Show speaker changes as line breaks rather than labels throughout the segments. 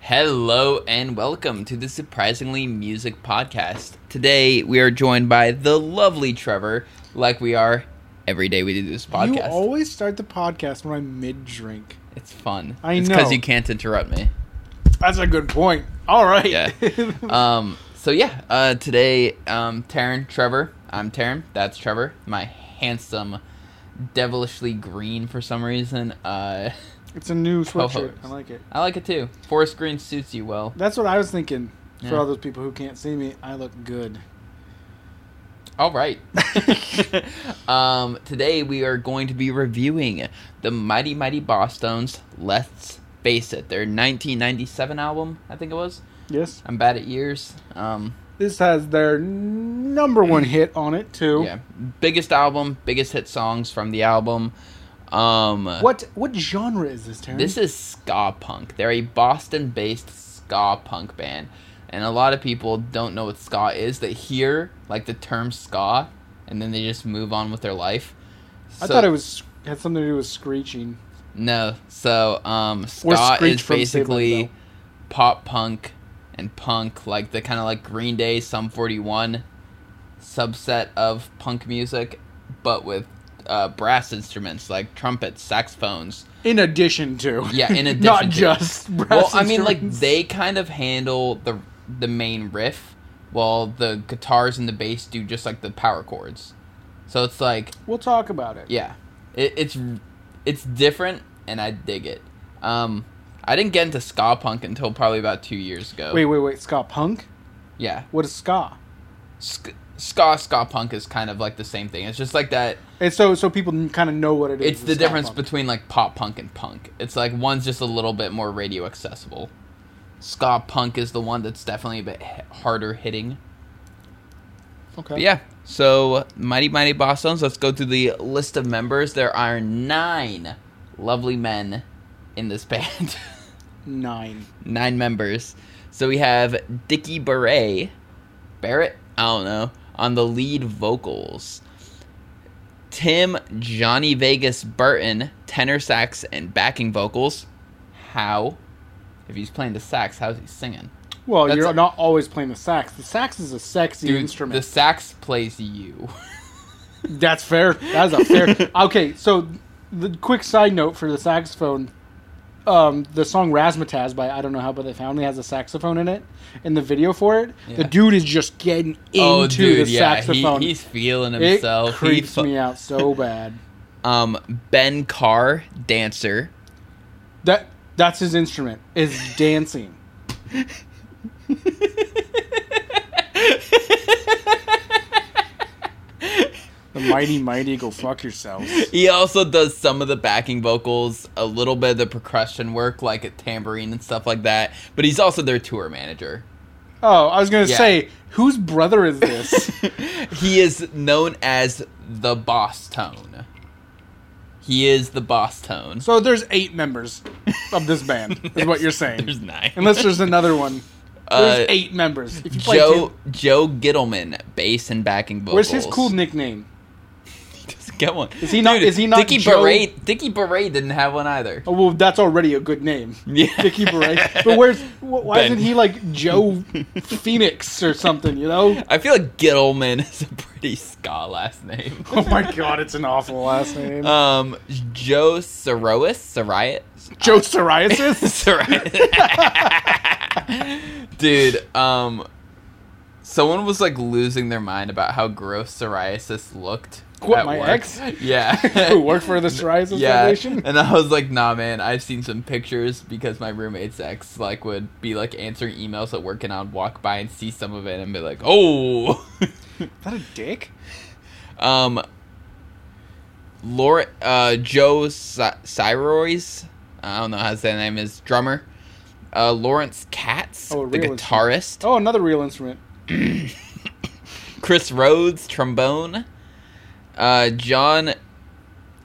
Hello and welcome to the Surprisingly Music Podcast. Today we are joined by the lovely Trevor, like we are every day we do this
You
podcast.
always start the podcast when I'm mid drink.
it's fun.
I
it's because
know.
you can't interrupt me.
That's a good point. All right.
Yeah. Um, so yeah, uh, today, um, Taryn, Trevor, I'm Taryn, that's Trevor, my handsome, devilishly green for some reason. Uh,
it's a new
Co-host.
sweatshirt. I like it.
I like it too. Forest green suits you well.
That's what I was thinking.
Yeah.
For all those people who can't see me, I look good.
All right. um, today we are going to be reviewing the Mighty Mighty Boston's Let's Face It, their 1997 album, I think it was.
Yes.
I'm bad at years. Um,
This has their number one hit on it too.
yeah, biggest album, biggest hit songs from the album. Um,
What what genre is this, Terrence?
This is ska punk. They're a Boston-based ska punk band, and a lot of people don't know what ska is. They hear like the term ska, and then they just move on with their life.
I
So-
thought it was had something to do with screeching.
No. So, um,
Or
ska
Screech
is
from Saved by the
basically
Bell.
pop punk and punk, like the kind of like Green Day, Sum 41 subset of punk music, but with uh, brass instruments like trumpets, saxophones.
In addition to.
Yeah, in addition
Not
to-
just brass
well, I mean, like
instruments.
they kind of handle the the main riff, while the guitars and the bass do just like the power chords. So it's like
We'll talk about it.
yeah, it, it's it's different, and I dig it. Um, I didn't get into ska punk until probably about two years ago.
Wait, wait, wait. Ska punk?
yeah,
What is ska?
Sk- ska ska punk is kind of like the same thing. It's just like that.
And so so people kind of know what it is.
It's
with
the
ska
difference
punk.
between like pop punk and punk. It's like one's just a little bit more radio accessible. Ska punk is the one that's definitely a bit h- harder hitting.
Okay.
But yeah, so Mighty Mighty Boston's. Let's go through the list of members. There are nine lovely men in this band.
Nine.
nine members. So we have Dickie Barret, Barrett, I don't know, on the lead vocals. Tim Johnny Vegas Burton, tenor sax and backing vocals. How? If he's playing the sax, how's he singing?
Well,
That's
you're
a-
not always playing the sax. The sax is a sexy
Dude, the
instrument.
sax plays you.
That's fair. That's a fair. okay, so the quick side note for the saxophone, um, the song "Razzmatazz" by I don't know how but they found me has a saxophone in it, and the video for it,
Yeah.
the dude is just getting into
oh, dude,
the
yeah, he,
saxophone.
he's feeling
it
himself. He
creeps
fu-
me out so bad.
Um, Ben Carr, dancer.
That that's his instrument is dancing. The mighty mighty go fuck yourselves.
He also does some of the backing vocals, a little bit of the percussion work, like a tambourine and stuff like that. But he's also their tour manager.
Oh, I was gonna
Yeah.
say, whose brother is this?
he is known as the Boss Tone. He is the Boss Tone.
so there's eight members of this band, is what you're saying.
There's nine.
Unless there's another one. There's
Uh,
eight members. If you play
Joe
two-
Joe Gittleman, bass and backing vocals.
where's his cool nickname?
He doesn't get one. Is
he not- is he not
Dickie
Joe-
Beret? Dickie Beret didn't have one either.
Oh well, that's already a good name.
Yeah.
Dickie Beret. But where's wh- why
Ben.
isn't he like Joe Phoenix or something? You know?
I feel like Gittleman is a pretty ska last name.
Oh my god, it's an awful last name.
Um, Joe Sorois, Soriot,
Joe psoriasis.
Soriot. Dude, um, someone was like losing their mind about how gross psoriasis looked.
What,
at
my
work.
ex?
Yeah.
Who worked for the psoriasis
yeah,
foundation?
and I was like, nah, man. I've seen some pictures because my roommate's ex like would be like answering emails at work, and I'd walk by and see some of it, and be like, oh.
Is that a dick?
Um, Laura, uh, Joe Cy- Cyroys, I don't know how to say the name is, drummer. Uh, Lawrence Katz,
Oh, a
the
real instrument.
guitarist.
Oh, another real instrument. Oh.
Chris Rhodes, trombone. Uh, John,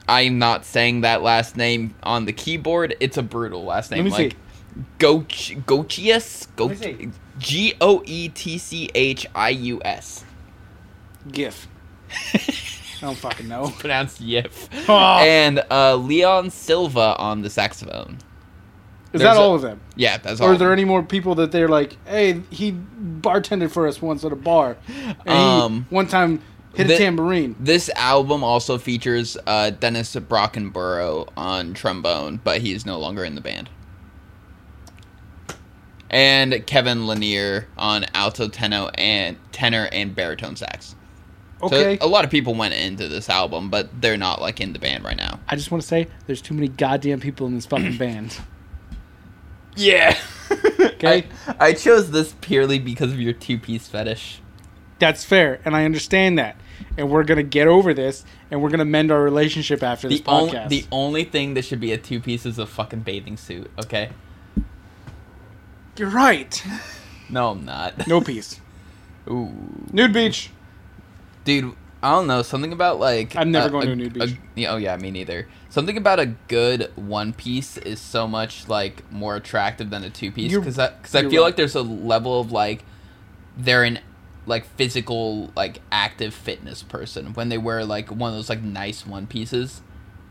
I'm not saying that last name on the keyboard. It's a brutal last
Let
name.
me see.
like, Goch- Gochius? Go-
Let me see.
G O E T C H I U S.
GIF. I don't fucking know.
Pronounced Yif.
Oh.
and uh, Leon Silva on the saxophone.
Is
There's
that
a-
all of them?
Yeah, that's all.
Or are there any more people that they're like, hey, he bartended for us once at a bar, and
Um,
he one time hit
the-
a tambourine.
This album also features uh, Dennis Brockenborough on trombone, but he is no longer in the band. And Kevin Lanier on alto tenor and tenor and baritone sax.
Okay,
So oh. a lot of people went into this album, but they're not like in the band right now.
I just want to say there's too many goddamn people in this fucking band.
Yeah.
Okay.
I, I chose this purely because of your two piece fetish.
That's fair, and I understand that. And we're gonna get over this, and we're gonna mend our relationship after this
The, on-
podcast.
the only thing that should be a two piece is a fucking bathing suit, okay?
You're right.
No, I'm not.
No peace.
Ooh.
Nude beach.
Dude, I don't know. Something about like.
I'm never going to a nude beach.
yeah, oh, yeah, me neither. Something about a good one piece is so much like more attractive than a two piece
You're-
because because I
you're
feel
right.
like there's a level of like they're an like physical like active fitness person when they wear like one of those like nice one pieces.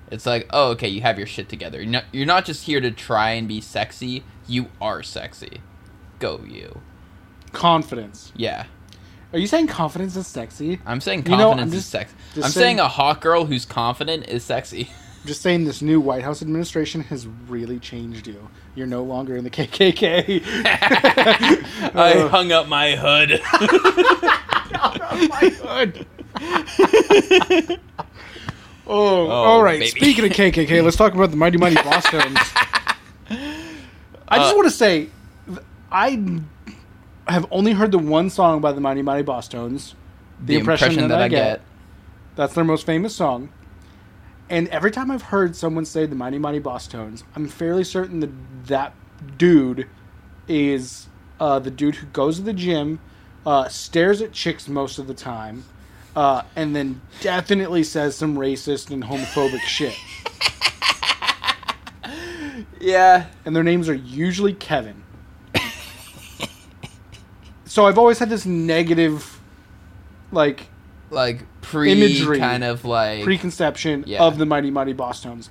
It's like oh okay, you have your shit together. You're not, you're not just here to try and be sexy. You are sexy. Go you.
Confidence.
Yeah.
Are you saying confidence is sexy?
I'm saying
You know,
confidence is
I'm just-
sexy.
just
I'm saying,
saying-
a hot girl who's confident is sexy.
I'm just saying this new White House administration has really changed you. You're no longer in the KKK. Uh,
I hung up my hood.
oh my god. oh, all right.
baby.
Speaking of KKK, let's talk about the Mighty Mighty Boss films. I
Uh,
just want to say, th- I have only heard the one song by the Mighty Mighty Boss Tones. The, impression, that, I, get. That's their most famous song. And every time I've heard someone say the Mighty Mighty Boss Tones, I'm fairly certain that that dude is uh, the dude who goes to the gym, uh, stares at chicks most of the time, uh, and then definitely says some racist and homophobic shit.
Yeah.
And their names are usually Kevin. so I've always had this negative, like,
Like pre
Imagery.
kind of like
preconception
Yeah.
of the Mighty Mighty Boss Tones.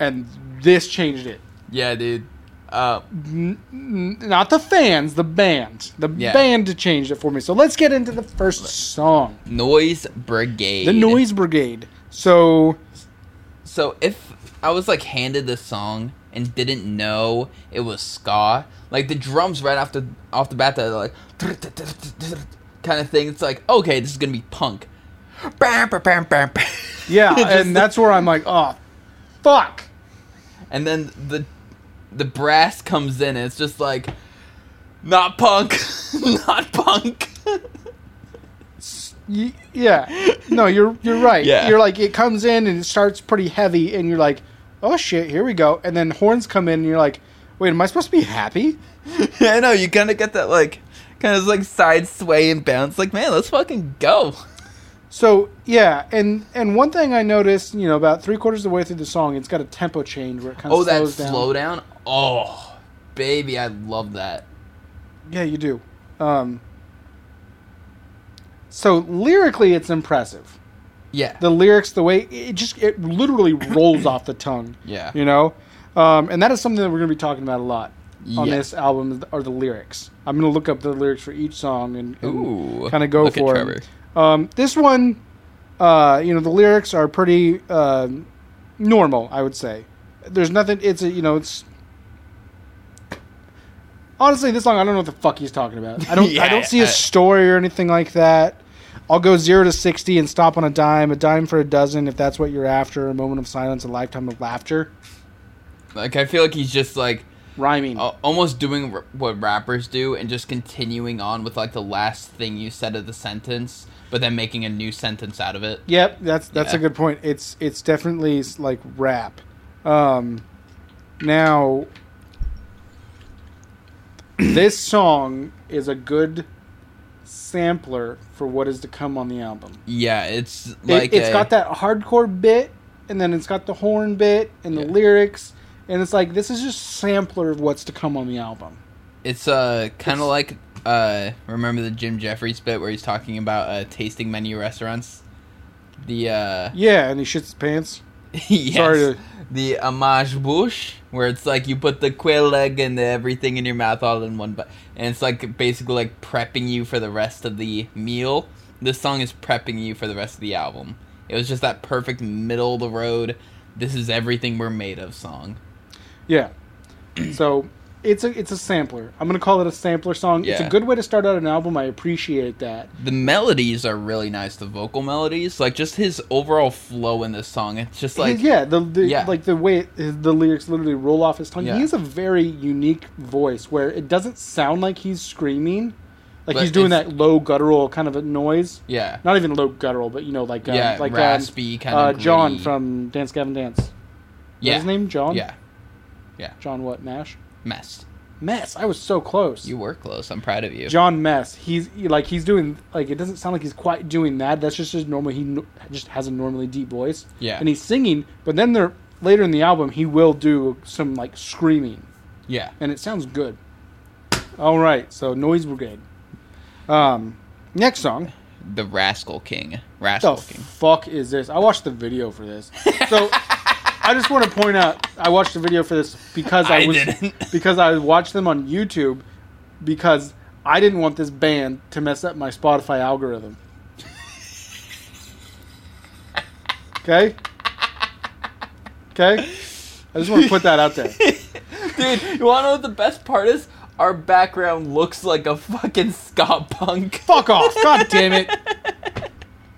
And this changed it.
Yeah, dude. Uh,
N- n- not the fans, the band. The
Yeah.
band changed it for me. So let's get into the first song
Noise Brigade.
The Noise Brigade. So,
So if I was like handed this song and didn't know it was ska, like the drums right off the off the bat, they're like kind of thing. It's like okay, this is gonna be punk. Bam, bam, bam, bam, bam.
yeah,
Just
and that's where I'm like, oh, fuck.
and then the the brass comes in and it's just like not punk not punk
Y- yeah. No, you're you're right.
Yeah.
You're like, it comes in and it starts pretty heavy, and you're like, oh shit, here we go. And then horns come in, and you're like, wait, am I supposed to be happy?
yeah, i know you kind of get that like kind of like side sway and bounce like man let's fucking go
So yeah, and and one thing I noticed, you know, about three quarters of the way through the song, it's got a tempo change where it kind of
oh that
slows down.
slow down oh baby i love that
Yeah, you do. Um, so lyrically, it's impressive.
yeah
The lyrics, the way it just it literally rolls off the tongue.
yeah
You know, um, and that is something that we're going to be talking about a lot on
Yeah.
this album are the lyrics. I'm going to look up the lyrics for each song and,
Ooh,
kind of go
look at
for
Trevor.
it. Um, this one, uh, you know, the lyrics are pretty um normal, I would say. There's nothing. It's a, you know, it's honestly this song. I don't know what the fuck he's talking about. I don't.
Yeah,
I don't see
I-
a story or anything like that. I'll go zero to sixty and stop on a dime, a dime for a dozen, if that's what you're after. A moment of silence, a lifetime of laughter.
like i feel like he's just like
Rhyming.
al- almost doing r- what rappers do and just continuing on with like the last thing you said of the sentence but then making a new sentence out of it
Yep, that's that's a
Yeah.
good point. It's it's definitely s- like rap. Um, now, this song is a good sampler for what is to come on the album.
yeah it's like
Like it, has
a-
got that hardcore bit, and then it's got the horn bit and the
Yeah.
lyrics, and it's like this is just sampler of what's to come on the album.
It's uh kind
It's-
of like uh remember the Jim Jeffries bit where he's talking about uh tasting menu restaurants. The uh
Yeah, and he shits his pants.
yes.
Sorry to-
The amage bouche, where it's like you put the quail egg and the everything in your mouth all in one, but and it's like basically like prepping you for the rest of the meal. This song is prepping you for the rest of the album. It was just that perfect middle of the road. This is everything we're made of song.
Yeah. so it's a it's a sampler. I'm gonna call it a sampler song. It's
Yeah.
a good way to start out an album. I appreciate that.
The melodies are really nice. The vocal melodies, like just his overall flow in this song. It's just like
yeah, the, the
Yeah.
like the way it, his- the lyrics literally roll off his tongue.
Yeah.
He has a very unique voice where it doesn't sound like he's screaming, like
But
he's doing
it's-
that low guttural kind of a noise.
yeah,
Not even low guttural, but you know, like um,
yeah,
like um,
raspy kind
uh,
of
John from Dance Gavin Dance. Is that
yeah,
his name John.
yeah,
John what Nash?
messed.
Mess. I was so close.
You were close. I'm proud of you.
John Mess. He's he- like he's doing like it doesn't sound like he's quite doing that. That's just his normal. He n- just has a normally deep voice.
Yeah.
and he's singing. But then there later in the album, he will do some like screaming,
yeah.
and it sounds good. All right, so Noise Brigade. Um, next song.
The Rascal King.
The
Rascal King.
fuck is this? I watched the video for this. So I just want to point out I watched the video for this because I,
I
was
didn't.
because I watched them on YouTube because I didn't want this band to mess up my Spotify algorithm. Okay? Okay? I just want to put that out there.
Dude, you want to know what the best part is? Our background looks like a fucking ska punk.
Fuck off. God damn it.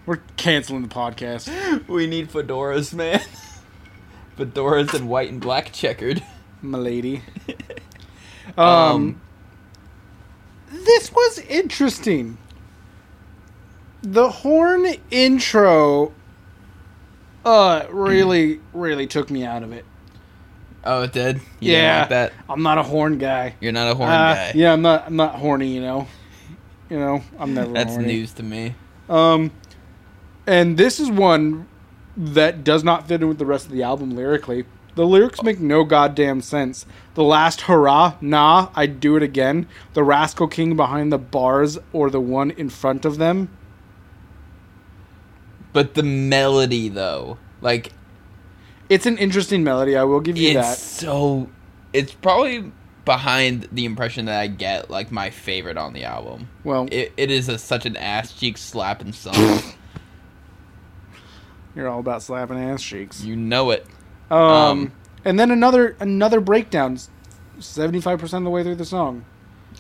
We're canceling the podcast.
We need fedoras, man. Fedoras and white and black checkered.
milady. Um,
Um,
this was interesting. The horn intro uh really really took me out of it.
Oh, it did. You didn't like that.
I'm not a horn guy.
You're not a horn
Uh,
guy.
Yeah, I'm not I'm not horny, you know. You know, I'm never
That's
horny.
news to me.
Um, and this is one that does not fit in with the rest of the album lyrically. The lyrics make no goddamn sense. The last hurrah, nah, I do it again. The rascal king behind the bars or the one in front of them.
But the melody, though, like
It's an interesting melody, I will give you
it's
that.
so. It's probably behind the impression that I get, like my favorite on the album.
Well,
It, it is a, such an ass cheek slapping song.
you're all about slapping ass cheeks.
you know it.
Um,
um,
and then another another breakdown 75% of the way through the song.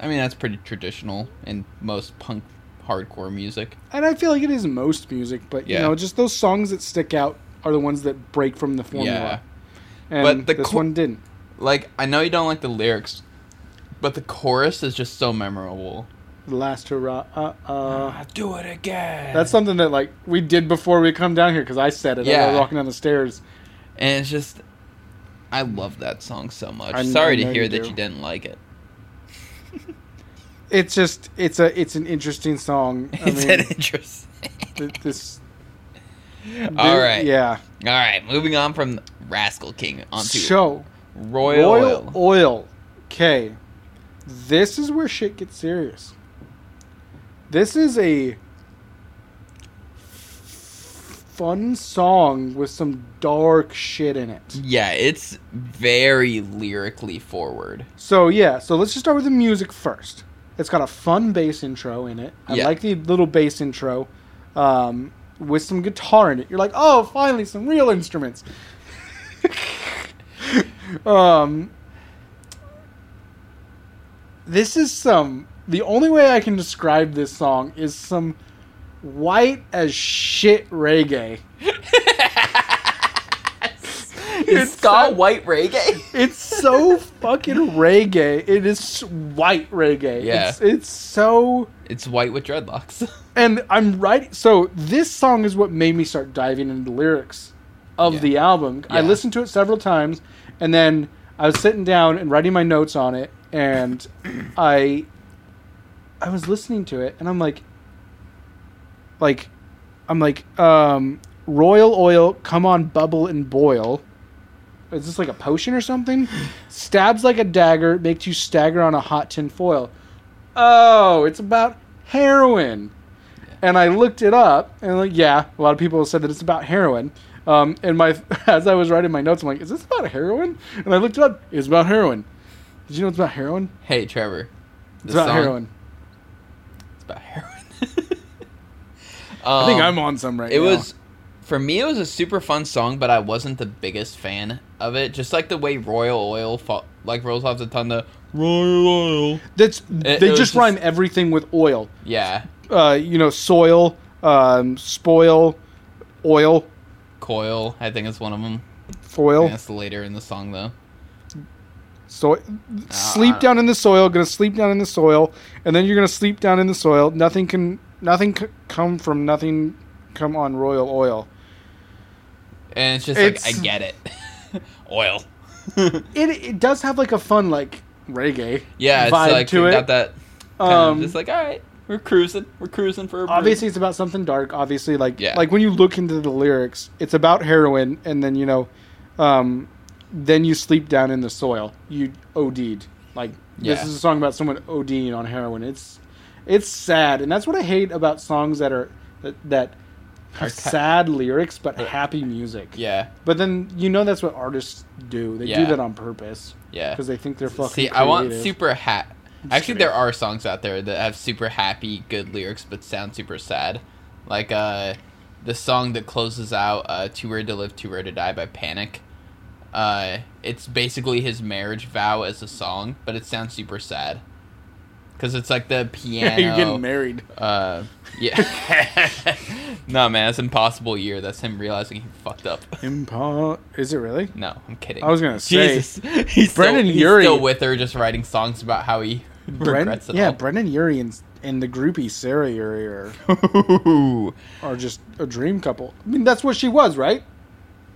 I mean, that's pretty traditional in most punk hardcore music.
and I feel like it is most music, but
Yeah.
you know, just those songs that stick out are the ones that break from the formula. And
But the
this
co-
one didn't.
Like, I know you don't like the lyrics, but the chorus is just so memorable.
The last hurrah, uh, uh.
do it again.
That's something that like we did before we come down here because I said it. Yeah,
Yeah.
walking down the stairs.
and it's just, I love that song so much.
I kn-
Sorry
I
to
know
hear
you
that
do.
you didn't like it.
It's just it's a it's an interesting song. I
it's
mean,
an interest.
th- this.
All right.
Yeah.
All right, moving on from Rascal King onto
So
Royal,
Royal
Oil.
Oil. Okay. This is where shit gets serious. This is a fun song with some dark shit in it.
Yeah, it's very lyrically forward.
So, yeah, so let's just start with the music first. It's got a fun bass intro in it. I
Yeah.
like the little bass intro um, with some guitar in it. You're like, oh, finally, some real instruments. um, this is some. The only way I can describe this song is some white as shit reggae.
Is
It's
ska
so-
white reggae?
It's so fucking reggae. It is white reggae.
Yeah.
It's, it's so.
It's white with dreadlocks.
And I'm right. So this song is what made me start diving into lyrics of
Yeah.
the album. I
Yeah.
listened to it several times, and then I was sitting down and writing my notes on it, and I, I was listening to it, and I'm like, like, I'm like, um, Royal Oil, come on, bubble and boil. Is this like a potion or something? Stabs like a dagger, makes you stagger on a hot tin foil. Oh, it's about heroin. And I looked it up, and like, yeah, a lot of people said that it's about heroin. Um, and my as I was writing my notes, I'm like, is this about heroin? And I looked it up. It's about heroin. Did you know it's about heroin?
Hey, Trevor.
It's about heroin.
It's about heroin. Um,
I think I'm on some right
It
now.
was for me. It was a super fun song, but I wasn't the biggest fan of it. Just like the way Royal Oil fo- like rolls off the tongue. The Royal Oil.
That's
it
they
was
just
just-
rhyme everything with oil.
Yeah,
Uh, you know, soil, um, spoil, oil,
Coil. I think it's one of them. I
foil.
think that's later in the song though.
So sleep
Ah.
down in the soil, gonna sleep down in the soil, and then you're gonna sleep down in the soil. Nothing can, nothing c- come from nothing, come on royal oil.
And it's just like
It's-
I get it. oil.
It it does have like a fun like reggae
Yeah, it's
vibe
like
to it.
got that. Kind
Um,
of just like all right, we're cruising. We're cruising for a brew.
obviously, it's about something dark. Obviously, like
Yeah.
like when you look into the lyrics, it's about heroin, and then you know, um, then you sleep down in the soil. You OD'd. Like
Yeah.
this is a song about someone ODing on heroin. It's it's sad, and that's what I hate about songs that are that that have
ca-
sad lyrics but happy music.
Yeah,
But then you know that's what artists do. They
Yeah.
do that on purpose
yeah.
because they think they're fucking.
See, I want
creative.
super hat. Actually,
kidding.
there are songs out there that have super happy, good lyrics, but sound super sad. Like uh, the song that closes out uh, "Too Rare to Live, Too Rare to Die" by Panic. Uh, it's basically his marriage vow as a song, but it sounds super sad. Cause it's like the piano.
You're getting married.
Uh, yeah. no, man, that's impossible year. That's him realizing he fucked up.
Impo- is it really?
No, I'm kidding.
I was gonna say-
Jesus. He's
Brendan
still, he's
Urie-
still with her, just writing songs about how he
Bren,
regrets it
yeah,
all.
Brendan Urie and, and the groupie Sarah Urie are,
Ooh.
are just a dream couple. I mean, that's what she was, right?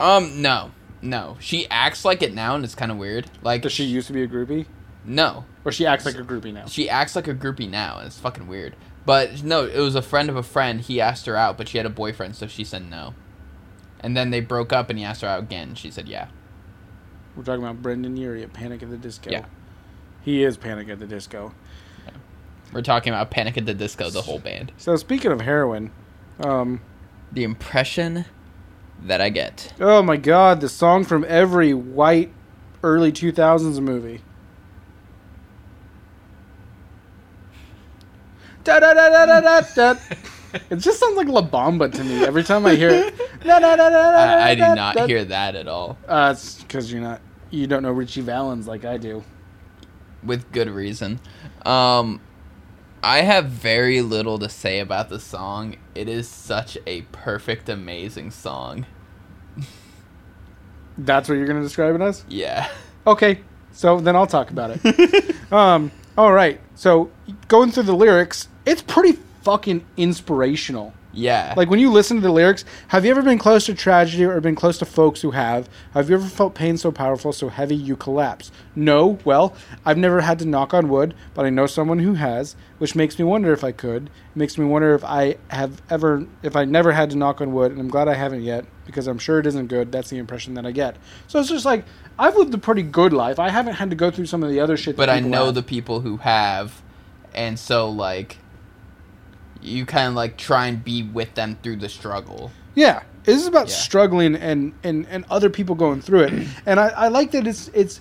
um, no, no. She acts like it now, and it's kind of weird. Like,
Does she used to be a groupie,
no,
or she acts like a groupie now?
she acts like a groupie now, and it's fucking weird. But no, it was a friend of a friend. He asked her out, but she had a boyfriend, so she said no. And then they broke up, and he asked her out again. and She said yeah.
We're talking about Brendan Urie at Panic at the Disco.
Yeah.
He is Panic at the Disco.
We're talking about Panic at the Disco, the whole band.
So speaking of heroin, um,
The impression that I get.
oh my God, the song from every white early two thousands movie. Da da da da da da. It just sounds like La Bamba to me every time I hear it. Na, na, na, na, na, na,
I, I did
na,
not
na.
hear that at all.
Uh, it's because you're not, you don't know Richie Valens like I do.
with good reason. Um, I have very little to say about the song. It is such a perfect, amazing song.
That's what you're gonna describe it as.
Yeah.
Okay, so then I'll talk about it. um, all right. So going through the lyrics, it's pretty fucking inspirational.
Yeah.
Like when you listen to the lyrics, have you ever been close to tragedy or been close to folks who have? Have you ever felt pain so powerful, so heavy you collapse? No, well, I've never had to knock on wood, but I know someone who has, which makes me wonder if I could. It makes me wonder if I have ever, if I never had to knock on wood, and I'm glad I haven't yet because I'm sure it isn't good. That's the impression that I get. So it's just like, I've lived a pretty good life. I haven't had to go through some of the other shit.
but I
people
know
have.
the people who have, and so, like, you kind of, like, try and be with them through the struggle.
Yeah, this is about
Yeah.
struggling and, and and other people going through it. And I, I like that it's it's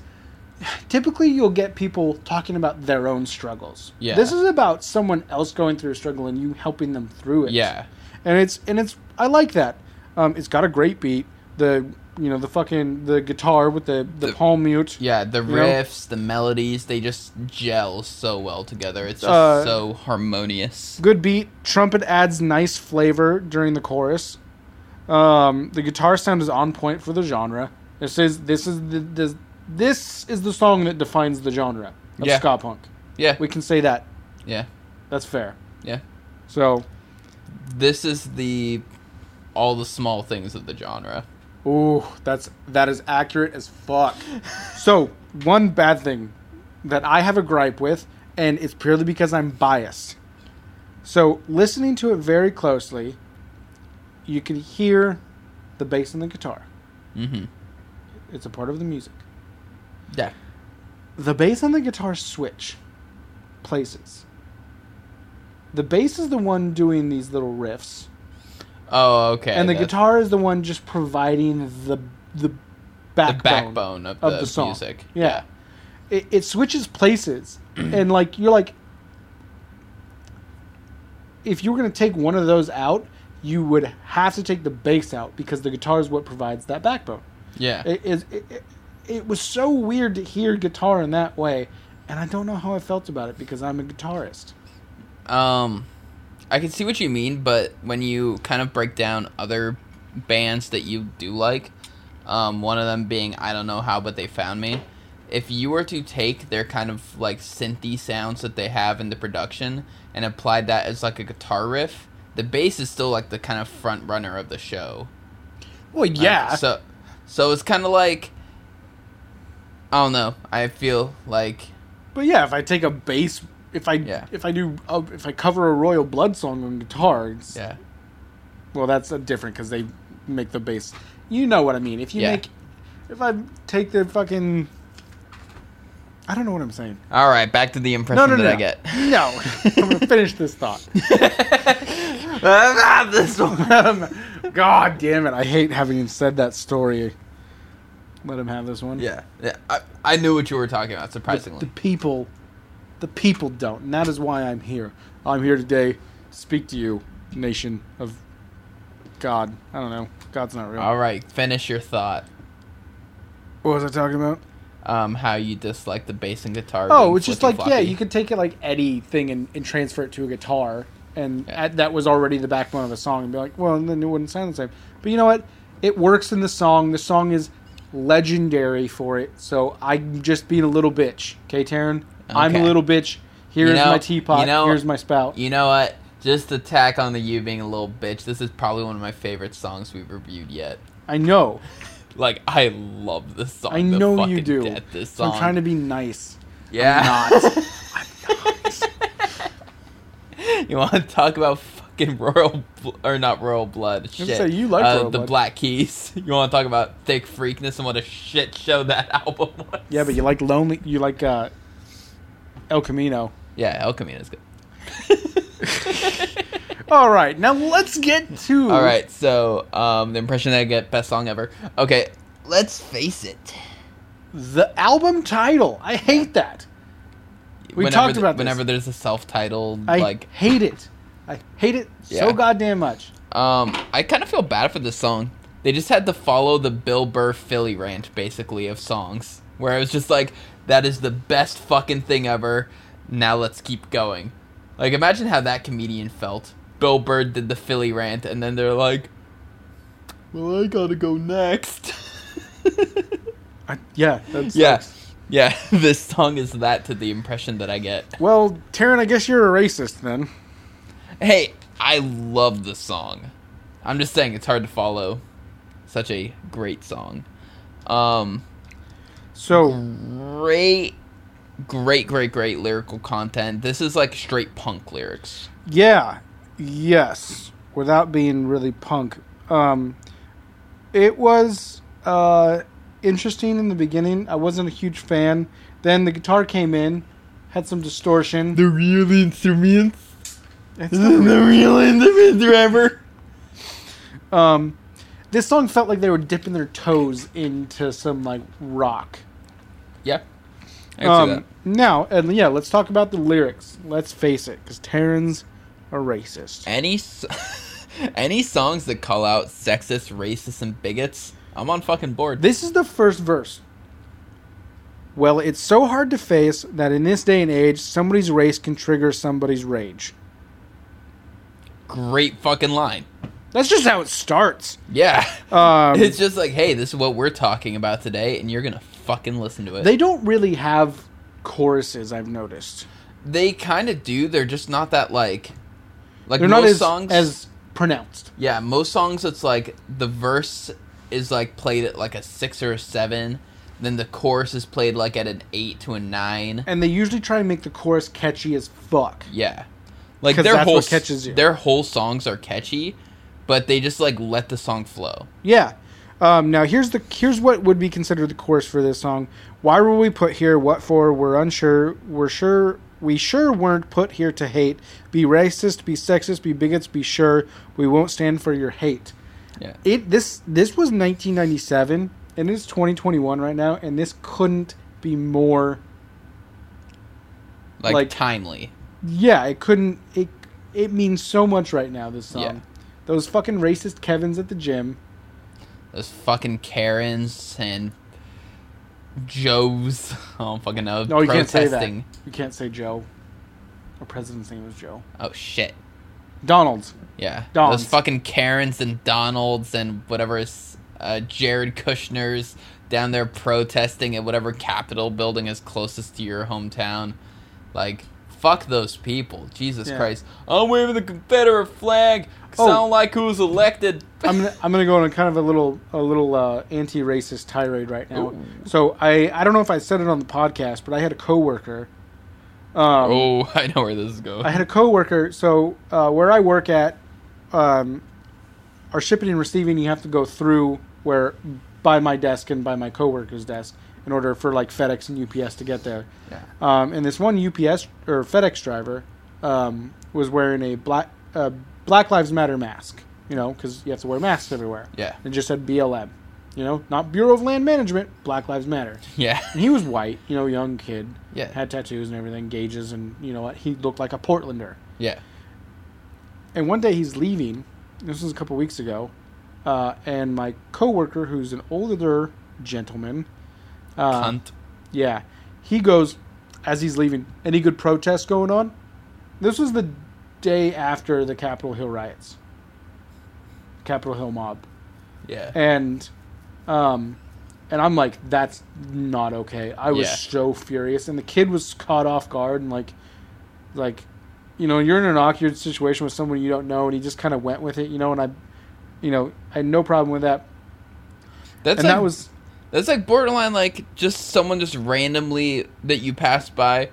typically you'll get people talking about their own struggles.
Yeah.
this is about someone else going through a struggle and you helping them through it.
Yeah.
and it's and it's I like that. Um, it's got a great beat. The you know the fucking the guitar with the the,
The-
palm mute.
Yeah, the
know?
riffs, the melodies, they just gel so well together. It's just
Uh,
so harmonious.
Good beat. Trumpet adds nice flavor during the chorus. Um, the guitar sound is on point for the genre. This is this is the, this this is the song that defines the genre of
Yeah.
ska punk.
Yeah.
We can say that.
Yeah.
That's fair.
Yeah.
So,
This is the all the small things of the genre.
ooh, that's that is accurate as fuck. so, one bad thing that I have a gripe with, and it's purely because I'm biased. So, listening to it very closely, you can hear the bass and the guitar.
Mm-hmm.
It's a part of the music.
Yeah.
The bass and the guitar switch places. The bass is the one doing these little riffs.
Oh, okay.
and the
that's
guitar is the one just providing the the
the
backbone.
backbone of,
of
the,
the song.
music.
Yeah, it, it switches places, and like you're like, if you were gonna take one of those out, you would have to take the bass out because the guitar is what provides that backbone.
Yeah.
It is. It, it, it was so weird to hear guitar in that way, and I don't know how I felt about it because I'm a guitarist.
Um, I can see what you mean, but when you kind of break down other bands that you do like, um, one of them being I don't know how, but they found me. If you were to take their kind of like synthy sounds that they have in the production and applied that as like a guitar riff, the bass is still like the kind of front runner of the show.
Well, yeah.
Uh, so, so it's kind of like I don't know. I feel like
But yeah, if I take a bass, if I
Yeah.
if I do uh, if I cover a Royal Blood song on guitar, it's,
yeah,
well, that's uh, different because they make the bass. You know what I mean? If you
Yeah.
make, if I take the fucking, I don't know what I'm saying.
All right, back to the
No,
impression
no, no,
that
no.
I get.
No, I'm gonna finish this thought.
Ah, this one.
Um, God damn it! I hate having said that story. Let him have this one.
Yeah, yeah. I, I knew what you were talking about.
the, the
Surprisingly,
people, the people don't, and that is why I'm here. I'm here today, to speak to you, nation of God. I don't know. God's not real.
all right. Finish your thought.
what was I talking about?
Um, how you dislike the bass and guitar?
Oh,
being
it's just like
flicky
yeah,
floppy.
you could take it like Eddie thing and, and transfer it to a guitar, and
Yeah.
at- that was already the backbone of the song, and be like, well, then it wouldn't sound the same. But you know what? It works in the song. The song is legendary for it. So I'm just being a little bitch, okay, Taryn? I'm a
Okay.
little bitch. Here's
know-
my teapot.
you know-
Here's my spout.
You know what? Just to tack on the you being a little bitch. This is probably one of my favorite songs we've reviewed yet.
I know.
Like I love this song.
I
to
know you
fucking
do.
death, this
So
song.
I'm trying to be nice.
Yeah.
I'm not.
you want to talk about fucking royal Bl- or not royal blood? Shit.
say, you like
uh,
Royal
the
Blood.
Black Keys. You want to talk about thick freakness and what a shit show that album was?
Yeah, but you like lonely. You like uh, El Camino.
yeah, El Camino is good.
All right, now let's get to.
All right, so um, the impression that I get best song ever. Okay, let's face it.
The album title. I hate that. We talked about this.
whenever there's a self-titled
I
like.
hate it. I hate it
Yeah.
so goddamn much.
Um, I kind of feel bad for this song. They just had to follow the Bill Burr Philly rant, basically, of songs. Where it was just like, that is the best fucking thing ever. Now let's keep going. Like, imagine how that comedian felt. Bill Burr did the Philly rant, and then they're like, well, I gotta go next.
I, yeah, that's
yeah. Yeah, this song is that to the impression that I get.
Well, Taryn, I guess you're a racist then.
Hey, I love the song. I'm just saying it's hard to follow such a great song. Um
So
great great great great lyrical content. This is like straight punk lyrics.
yeah, yes, without being really punk. Um, it was uh interesting in the beginning. I wasn't a huge fan. Then the guitar came in, had some distortion.
The real instruments.
It's
This is the real instrument driver.
Um, this song felt like they were dipping their toes into some like rock.
Yeah. I can see that.
Um, now and yeah, let's talk about the lyrics. Let's face it, because Terrans are racist.
Any s- any songs that call out sexist, racist and bigots, I'm on fucking board.
This is the first verse. Well, it's so hard to face that in this day and age, somebody's race can trigger somebody's rage.
great fucking line.
That's just how it starts.
Yeah.
Um,
it's just like, hey, this is what we're talking about today, and you're gonna fucking listen to it. They,
they don't really have choruses. I've noticed
kind of do. They're just not that like, like
they're
most
not as
songs.
as pronounced.
yeah, most songs. It's like the verse is like played at like a six or a seven, then the chorus is played like at an eight to a nine.
and they usually try and make the chorus catchy as fuck.
Yeah, like
'Cause
their
that's
whole
what
s-
catches you.
their whole songs are catchy, but they just like let the song flow.
Yeah. Um, now here's the here's what would be considered the chorus for this song. Why were we put here? What for? We're unsure. We're sure. We sure weren't put here to hate. Be racist, be sexist, be bigots, be sure. We won't stand for your hate.
Yeah.
It this this was 1997 and it's 2021 right now and this couldn't be more
Like,
Like-
timely.
yeah, it couldn't it it means so much right now this song.
Yeah.
Those fucking racist Kevins at the gym.
Those fucking Karens and Joes. I don't fucking know.
No, you can't say
protesting.
that. You can't say Joe. Our president's name was Joe.
Oh shit.
Donald's.
Yeah.
Dons.
Those fucking Karens and Donalds and whatever is uh, Jared Kushner's down there protesting at whatever Capitol building is closest to your hometown. Like, fuck those people. Jesus
Yeah.
Christ. I'm waving the Confederate flag. 'cause I
Oh.
don't like who's elected.
I'm gonna, I'm gonna go on a kind of a little a little uh, anti-racist tirade right now.
Ooh.
So I I don't know if I said it on the podcast, but I had a coworker. Um,
oh, I know where this is going.
I had a coworker. So uh, where I work at, um, our shipping and receiving, you have to go through where by my desk and by my coworker's desk in order for like FedEx and UPS to get there.
Yeah.
Um, and this one UPS or FedEx driver um, was wearing a black uh, Black Lives Matter mask. You know, because you have to wear masks everywhere.
Yeah.
It just said BLM. You know, not Bureau of Land Management. Black Lives Matter.
Yeah.
And he was white, you know, young kid.
Yeah.
Had tattoos and everything, gauges, and you know what? He looked like a Portlander.
Yeah.
And one day he's leaving. This was a couple weeks ago, uh, and my coworker, who's an older gentleman, uh,
Cunt.
yeah, he goes as he's leaving. Any good protests going on? This was the day after the Capitol Hill riots, Capitol Hill mob
Yeah.
and um and I'm like that's not okay. I was
Yeah.
so furious and the kid was caught off guard and like like you know, you're in an awkward situation with someone you don't know and he just kind of went with it, you know, and I you know, I had no problem with that.
That's
and
like,
that was
That's like borderline like just someone just randomly that you passed by.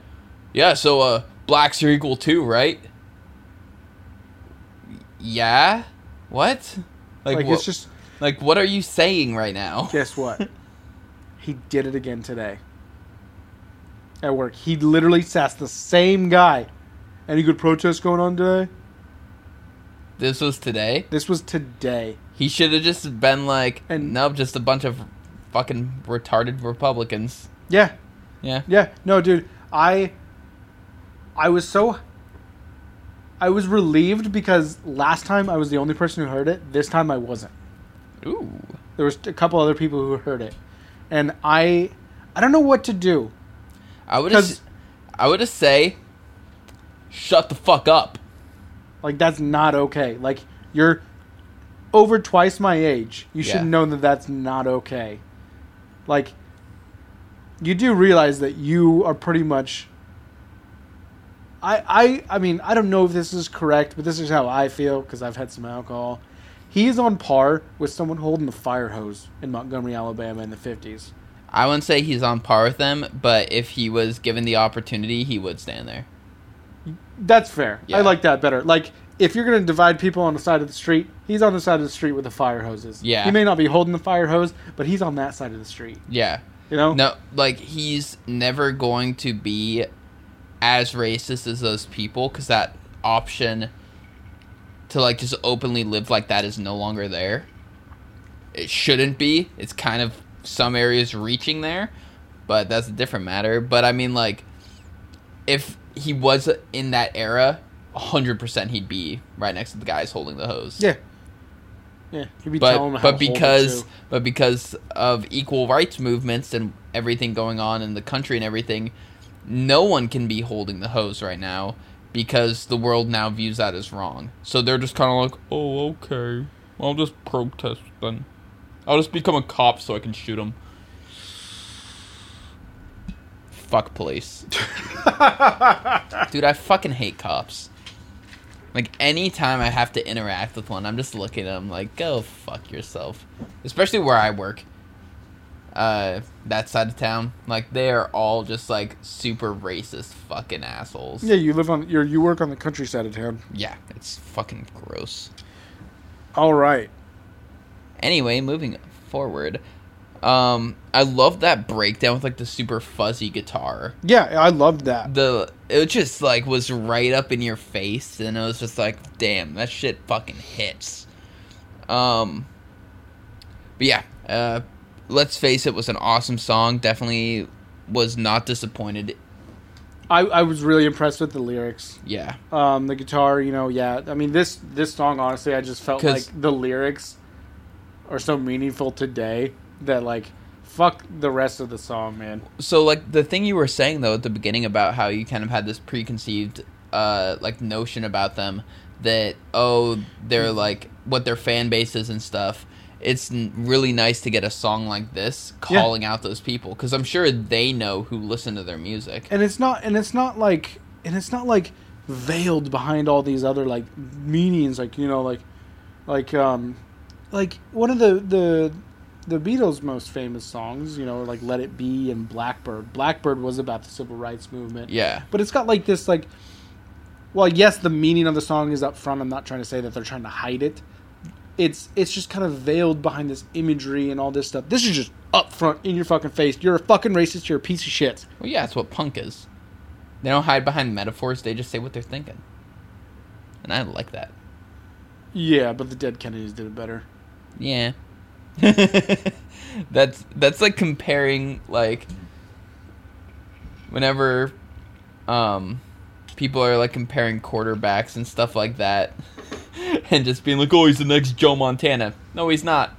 Yeah, so uh blacks are equal too, right? Yeah? What? Like,
like,
what,
it's just
like what are you saying right now?
guess what? he did it again today. At work. He literally sassed the same guy. Any good protests going on today?
This was today.
This was today.
He should have just been like
And-
nope, just a bunch of fucking retarded Republicans.
Yeah,
Yeah.
Yeah, no, dude, I I was so I was relieved because last time I was the only person who heard it. This time I wasn't.
Ooh.
There was a couple other people who heard it, and I I don't know what to do.
I would
'Cause-
have I would have say shut the fuck up.
Like that's not okay. Like you're over twice my age. You
Yeah.
should know that that's not okay. Like you do realize that you are pretty much I I I mean, I don't know if this is correct, but this is how I feel cuz I've had some alcohol. He is on par with someone holding the fire hose in Montgomery, Alabama in the 50s.
I wouldn't say he's on par with them, but if he was given the opportunity, he would stand there.
That's fair.
Yeah.
I like that better. Like, if you're going to divide people on the side of the street, he's on the side of the street with the fire hoses.
Yeah.
He may not be holding the fire hose, but he's on that side of the street.
Yeah.
You know?
No, like he's never going to be as racist as those people because that option to like just openly live like that is no longer there. It shouldn't be. It's kind of some areas reaching there, but that's a different matter. But I mean, like, if he was in that era, 100% he'd be right next to the guys holding the hose.
Yeah. Yeah. He'd be telling him
but
how
but
to hold it,
because
too.
but because of equal rights movements and everything going on in the country and everything, no one can be holding the hose right now because the world now views that as wrong. So they're just kind of like, oh okay, I'll just protest then. I'll just become a cop so I can shoot him. Fuck police. Dude, I fucking hate cops. Like anytime I have to interact with one, I'm just looking at them like, go fuck yourself. Especially where I work. Uh that side of town. Like they are all just like super racist fucking assholes.
Yeah, you live on, you're, you work on the countryside of town.
Yeah, it's fucking gross.
All right.
Anyway, moving forward. Um I love that breakdown with like the super fuzzy guitar.
Yeah, I loved that.
The it just like was right up in your face, and it was just like, damn, that shit fucking hits. Um, but yeah, uh, let's face it, was an awesome song. Definitely was not disappointed.
I, I was really impressed with the lyrics.
Yeah,
Um, the guitar, you know, yeah. I mean, this this song, honestly, I just felt
'Cause-
like the lyrics are so meaningful today that like, fuck the rest of the song, man.
so like the thing you were saying though at the beginning about how you kind of had this preconceived uh like notion about them that oh they're like what their fan base is and stuff it's n- really nice to get a song like this
Yeah.
calling out those people because i'm sure they know who listen to their music
And it's not, and it's not like, and it's not like veiled behind all these other like meanings, like you know, like, like um, like one of the the the Beatles' most famous songs, you know, like "Let It Be" and "Blackbird." "Blackbird" was about the civil rights movement.
yeah
but it's got like this like well yes the meaning of the song is up front i'm not trying to say that they're trying to hide it it's it's just kind of veiled behind this imagery and all this stuff this is just up front in your fucking face you're a fucking racist you're a piece of shit
well yeah that's what punk is they don't hide behind metaphors they just say what they're thinking and i like that
yeah but the dead kennedys did it better
Yeah. that's that's like comparing like whenever um people are like comparing quarterbacks and stuff like that and just being like, "Oh, he's the next Joe Montana." No, he's not.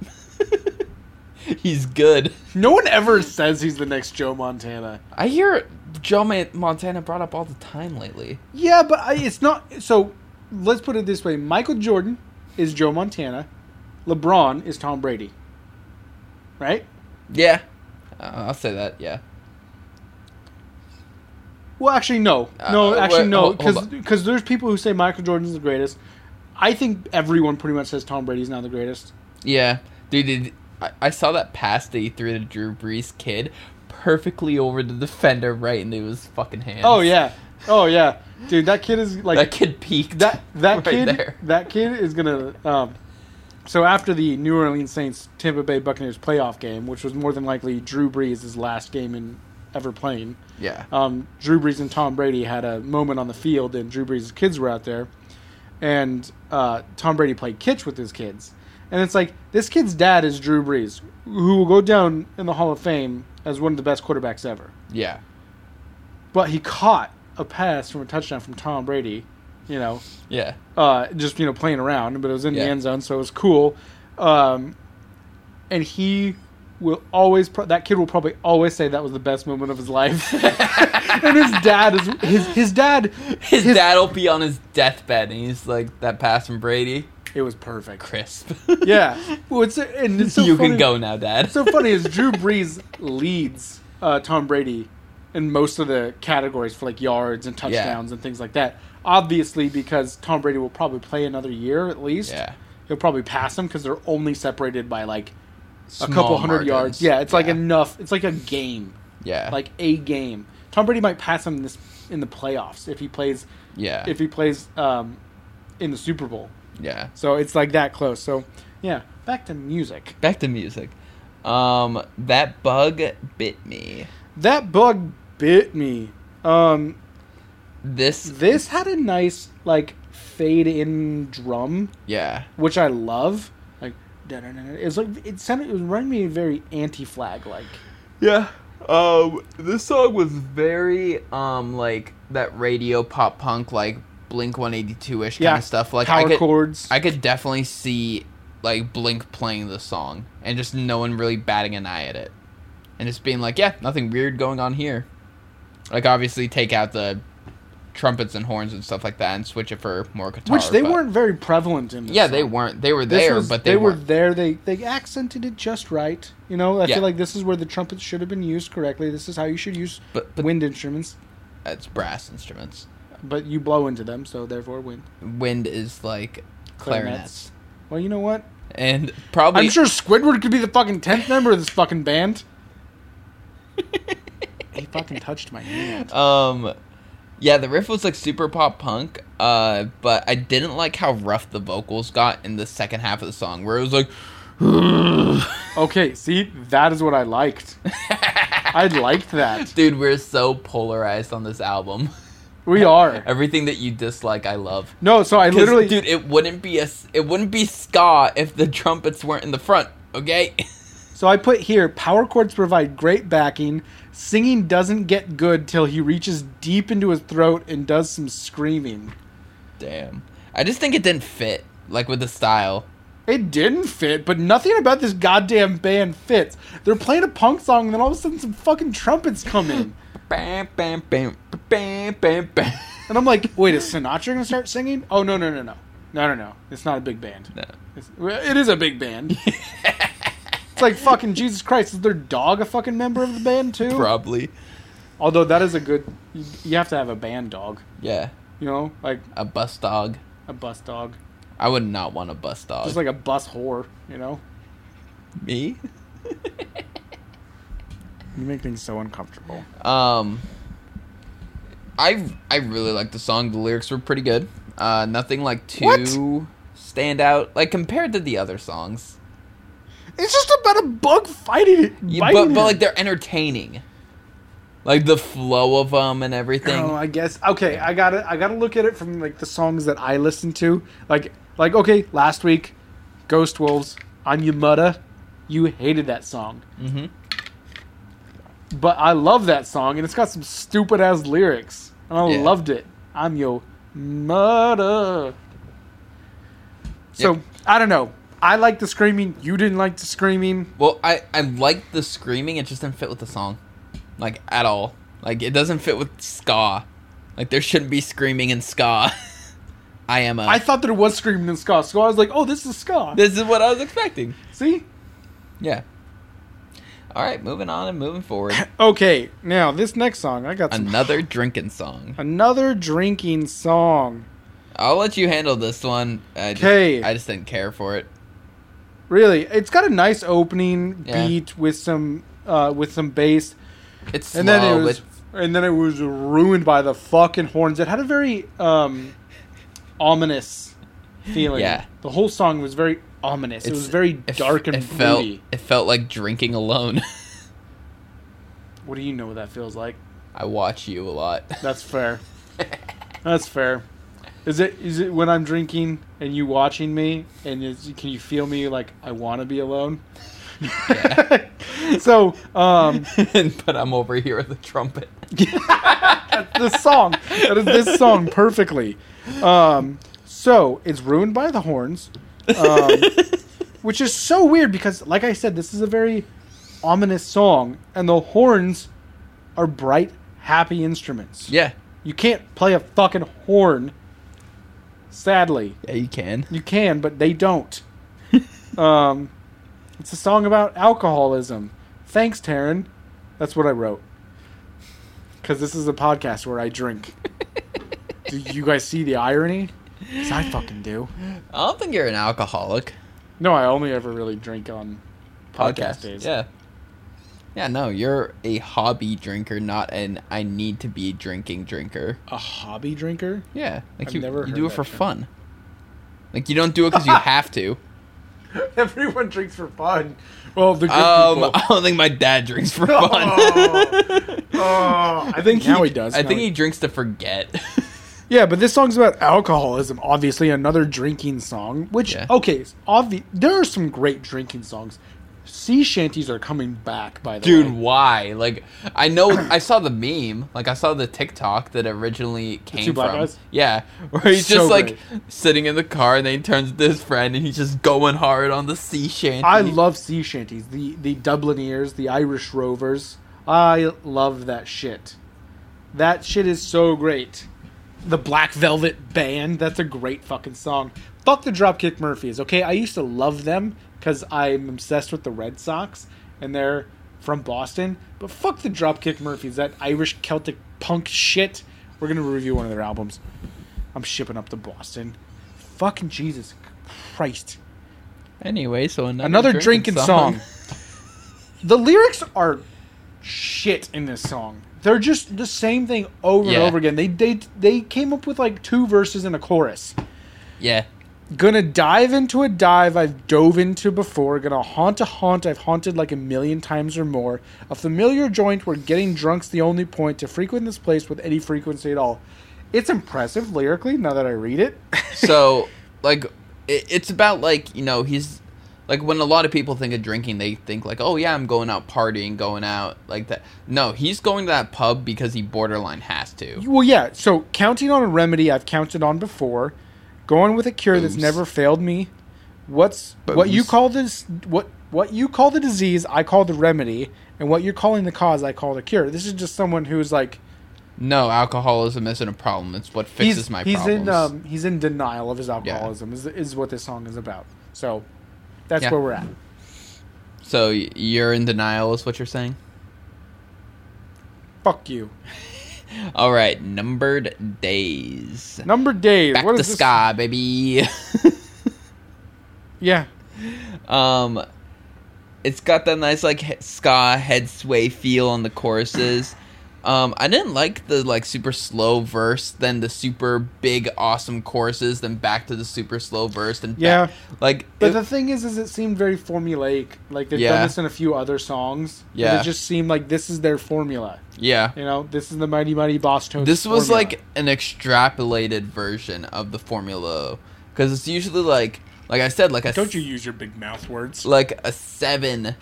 he's good.
no one ever says he's the next joe montana
I hear Joe Ma- Montana brought up all the time lately.
yeah but I, it's not so let's put it this way michael jordan is joe montana lebron is tom brady right
Yeah. Uh, I'll say that. Yeah.
Well, actually, no,
Uh,
no,
wait,
actually, no,
hold- hold
because
on.
because there's people who say Michael Jordan's the greatest. I think everyone pretty much says Tom Brady's now the greatest.
Yeah, dude, did, I, I saw that pass that he threw to Drew Brees' kid, perfectly over the defender, right into his fucking hand.
Oh yeah, oh yeah, dude, that kid is like
that kid peaked.
that that
right
kid
there.
that kid is gonna. Um, so after the New Orleans Saints Tampa Bay Buccaneers playoff game, which was more than likely Drew Brees' last game in ever playing,
Yeah,
um, Drew Brees and Tom Brady had a moment on the field, and Drew Brees' kids were out there, and uh, Tom Brady played catch with his kids, and it's like this kid's dad is Drew Brees, who will go down in the Hall of Fame as one of the best quarterbacks ever,
yeah,
but he caught a pass from a touchdown from Tom Brady, you know,
yeah.
uh, just you know playing around, but it was in
Yeah.
the end zone, so it was cool. Um, and he will always pro- that kid will probably always say that was the best moment of his life. and his dad is his his dad.
His, dad'll be on his deathbed, and he's like, "That pass from Brady,
It was perfect.
crisp."
Yeah, well, it's and it's so
you
funny.
can go now, Dad.
So funny is Drew Brees leads uh, Tom Brady in most of the categories for like yards and touchdowns and things like that. Obviously, because Tom Brady will probably play another year at least.
yeah,
he'll probably pass them because they're only separated by like a couple
Small
hundred
margins.
yards. Yeah, it's like
yeah.
enough. It's like a game,
yeah,
like a game. Tom Brady might pass him this in the playoffs if he plays
yeah,
if he plays um, in the Super Bowl.
yeah.
So it's like that close. So yeah, back to music.
Back to music. Um, that bug bit me.
That bug bit me. Um,
This,
this had a nice like fade in drum,
yeah,
which I love. Like da-da-da-da. it's like it sounded it reminded me very anti flag like.
Yeah. Um, this song was very um like that radio pop punk like Blink 182 ish kind
Yeah.
of stuff. Like
power
I could
chords.
I could definitely see like Blink playing the song and just no one really batting an eye at it and just being like, yeah, nothing weird going on here. Like obviously take out the trumpets and horns and stuff like that and switch it for more guitar.
which they
but-
weren't very prevalent in. This
Yeah, they
song.
weren't. They were
This
there,
was-
but they,
were
weren't.
there. They they accented it just right. You know, I
Yeah.
feel like this is where the trumpets should have been used correctly. This is how you should use
But but
wind instruments,
that's brass instruments.
but you blow into them, so therefore wind.
Wind is like clarinets.
Clarinets. Well, you know what?
and probably
I'm sure Squidward could be the fucking tenth member of this fucking band. he fucking touched my hand.
um yeah the riff was like super pop punk uh but i didn't like how rough the vocals got in the second half of the song where it was like
Okay, see, that is what I liked. I liked that.
dude we're so polarized on this album
We are.
Everything that you dislike, I love.
No, so I
'Cause,
literally
dude, it wouldn't be a, s- it wouldn't be ska if the trumpets weren't in the front. Okay.
So I put here power chords provide great backing. Singing doesn't get good till he reaches deep into his throat and does some screaming.
Damn. I just think it didn't fit, like with the style.
It didn't fit, but nothing about this goddamn band fits. They're playing a punk song, and then all of a sudden some fucking trumpets come in.
Bam, bam, bam, bam, bam, bam.
And I'm like, wait, is Sinatra gonna start singing? Oh, no, no, no, no. No, no, no. It's not a big band.
No.
It's, well, it is a big band. it's like fucking Jesus Christ. Is their dog a fucking member of the band, too?
Probably.
Although that is a good. you- You have to have a band dog.
Yeah.
You know, like
A bus dog.
a bus dog.
I would not want a bus dog.
Just like a bus whore, you know?
me.
You make things so uncomfortable.
Um, I I really like the song. The lyrics were pretty good. Uh, nothing like too
What?
stand out like compared to the other songs.
It's just about a bug fighting.
You-
biting
but but
him.
like they're entertaining. Like the flow of them and everything.
Oh, I guess. Okay, I gotta I gotta look at it from like the songs that I listen to. Like like okay, last week, Ghost Wolves, I'm Your Mudda. You hated that song.
mm-hmm.
But I love that song and it's got some stupid ass lyrics. And I
Yeah.
loved it. I'm your mudda. So
Yep.
I don't know. I like the screaming, you didn't like the screaming.
Well, I I liked the screaming. It just didn't fit with the song, like at all. Like it doesn't fit with ska. Like there shouldn't be screaming in ska. I am a.
I thought there was screaming in ska, so I was like, oh this is ska.
this is what I was expecting.
See?
Yeah. All right, moving on and moving forward.
Okay, now this next song I got some
Another drinking song.
Another drinking song.
I'll let you handle this one. I just,
'Kay.
I just didn't care for it.
Really, it's got a nice opening
Yeah.
beat with some uh, with some bass,
It's slow.
and then it was
but
and then it was ruined by the fucking horns. It had a very um, ominous feeling.
Yeah.
the whole song was very ominous. it
it's-
was very
it f-
dark and
it felt
broody.
it felt like drinking alone.
What do you know what that feels like?
I watch you a lot.
That's fair. That's fair. Is it is it when I'm drinking and you watching me and is, can you feel me like I want to be alone?
Yeah.
so um,
but I'm over here with the trumpet.
this song that is this song perfectly. Um, so it's ruined by the horns, um, which is so weird because, like I said, this is a very ominous song, and the horns are bright, happy instruments.
yeah.
You can't play a fucking horn. Sadly,
Yeah, you can.
you can, but they don't. um, it's a song about alcoholism. Thanks, Taryn. That's what I wrote. Because this is a podcast where I drink. do you guys see the irony? 'Cause I fucking do.
I don't think you're an alcoholic.
No, I only ever really drink on podcast, days.
Yeah. Yeah, no, you're a hobby drinker, not an I need to be drinking drinker.
A hobby drinker?
Yeah, like
I've
you,
never
you
heard
do it
that
for
term.
fun. Like you don't do it because you have to.
Everyone drinks for fun. Well, the good
Um,
people.
I don't think my dad drinks for fun.
Oh. Oh, I think now he, does.
I
Now
think
he
he drinks to forget.
Yeah, but this song's about alcoholism. Obviously, another drinking song. Which
Yeah.
okay, it's obvi- there are some great drinking songs. Sea shanties are coming back, by the
Dude,
way.
why? Like, I know I saw the meme. Like, I saw the TikTok that originally came
two black
from.
guys?
Yeah, where he's
So
just like
great.
sitting in the car, and then he turns to his friend, and he's just going hard on the sea shanty.
I love sea shanties. The the Dubliners, the Irish Rovers. I love that shit. That shit is so great. The Black Velvet Band. That's a great fucking song. Fuck the Dropkick Murphys. Okay, I used to love them because I'm obsessed with the Red Sox and they're from Boston. But fuck the Dropkick Murphys. That Irish Celtic punk shit. We're gonna review one of their albums. I'm shipping up to Boston. Fucking Jesus Christ.
Anyway, so another,
Another drinking, song. the lyrics are shit in this song. They're just the same thing over
Yeah.
and over again. They they they came up with like two verses and a chorus.
yeah,
Gonna dive into a dive I've dove into before. Gonna haunt a haunt I've haunted like a million times or more. A familiar joint where getting drunk's the only point. To frequent this place with any frequency at all. It's impressive lyrically now that I read it.
so like it, it's about like you know he's like when a lot of people think of drinking they think like oh yeah i'm going out partying going out like that no he's going to that pub because he borderline has to
Well, yeah. So counting on a remedy I've counted on before, going with a cure that's
Booze.
never failed me. What's what you
Booze.
call this? What what you call the disease? I call the remedy, and what you're calling the cause, I call the cure. This is just someone who's like
no alcoholism isn't a problem it's what
he's
fixes my
he's
problems
in um, he's in denial of his alcoholism. Is is what this song is about. So that's
Yeah.
where we're at. um,
so y- you're in denial is what you're saying
Fuck you.
all right numbered days
Number days.
back
what
to
is this?
sky baby
Yeah.
Um, it's got that nice like he- ska head sway feel on the choruses. Um, I didn't like the like super slow verse, then the super big awesome choruses, then back to the super slow verse, then
Yeah.
back. like
But
it-
the thing is, is it seemed very formulaic. Like they've
Yeah.
done this in a few other songs. and
Yeah.
it just seemed like this is their formula.
yeah.
You know, this is the mighty mighty boss tone.
This was like an extrapolated version of the formula because it's usually like like I said like a
don't you use your big mouth words?
like a seven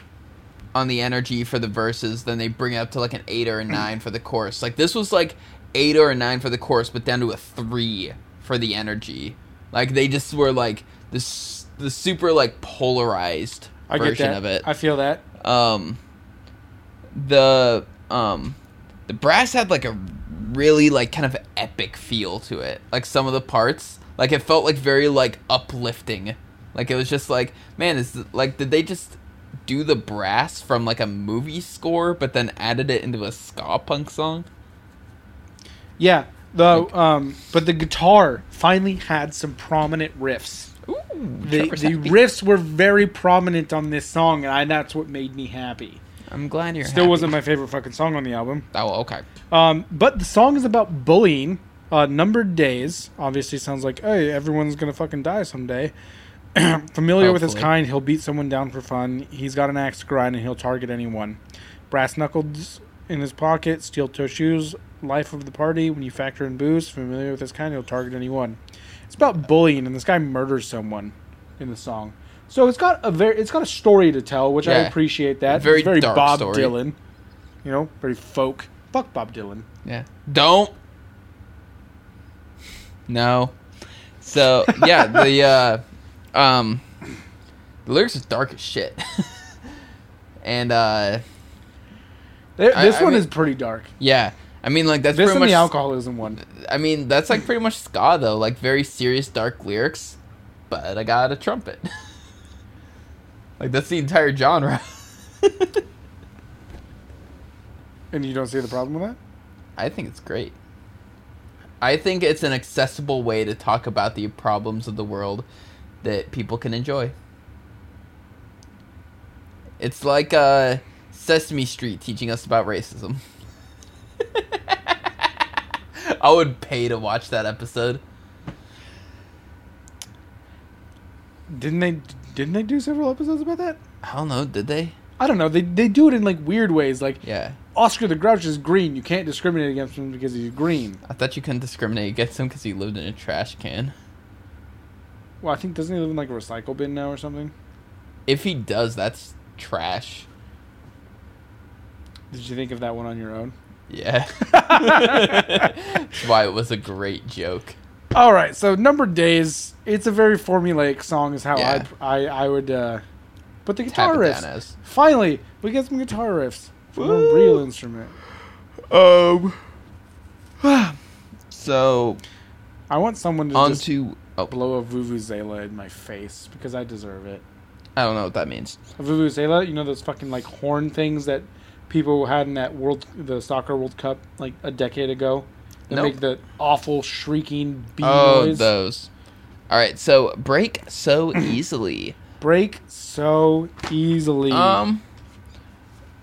on the energy for the verses, then they bring it up to like an eight or a nine for the chorus. Like this was like eight or a nine for the chorus, but down to a three for the energy. Like they just were like this the super like polarized
I get
version
that.
of it.
I feel that.
um the um the brass had like a really like kind of epic feel to it like some of the parts like it felt like very like uplifting like it was just like man is th- like did they just do the brass from like a movie score but then added it into a ska punk song
Yeah. Though, um, but the guitar finally had some prominent riffs.
Ooh,
The,
Trevor's
the
happy.
riffs were very prominent on this song, and I, that's what made me happy.
i'm glad you're
Still
happy.
wasn't my favorite fucking song on the album.
oh okay
Um, but the song is about bullying. Uh, numbered days obviously sounds like hey everyone's gonna fucking die someday. Familiar with his
Hopefully.
kind, he'll beat someone down for fun. He's got an axe to grind and he'll target anyone. Brass knuckles in his pocket, steel toe shoes. Life of the party when you factor in booze. Familiar with his kind, he'll target anyone. It's about bullying and this guy murders someone in the song. So it's got a very it's got a story to tell, which I
Yeah.
appreciate that.
Very
it's very
dark
Bob
story.
Dylan. You know, very folk. Fuck Bob Dylan.
Yeah. Don't. No. So yeah, the uh, um, the lyrics is dark as shit, and uh,
Th-
I-
this
I
one
mean-
is pretty dark.
yeah, I mean like that's
This
pretty
and
much.
the alcoholism one.
I mean that's like pretty much ska though, like very serious dark lyrics, but I got a trumpet. like that's the entire genre.
And you don't see the problem with that?
I think it's great. I think it's an accessible way to talk about the problems of the world that people can enjoy. It's like uh, Sesame Street teaching us about racism. I would pay to watch that episode.
Didn't they? Didn't they do several episodes about that?
I don't know, did they?
I don't know. They they do it in like weird ways. Like
Yeah.
Oscar the Grouch is green. You can't discriminate against him because he's green.
I thought you couldn't discriminate against him because he lived in a trash can.
Well, I think doesn't he live in like a recycle bin now or something?
If he does, that's trash.
Did you think of that one on your own?
Yeah. That's why it was a great joke.
All right. So number days. It's a very formulaic song. Is how
Yeah.
I I I would. uh But the
Tap
guitar
it
riffs.
down as.
Finally, we get some guitar riffs. From a
Woo!
real instrument.
Um. so
I want someone to
on
just
to oh,
blow a vuvuzela in my face because I deserve it.
I don't know what that means.
A vuvuzela, you know those fucking like horn things that people had in that world, the soccer World Cup, like a decade ago. That
Nope.
make the awful shrieking bee
Oh,
noise.
those. All right. So break so easily.
Break so easily.
um,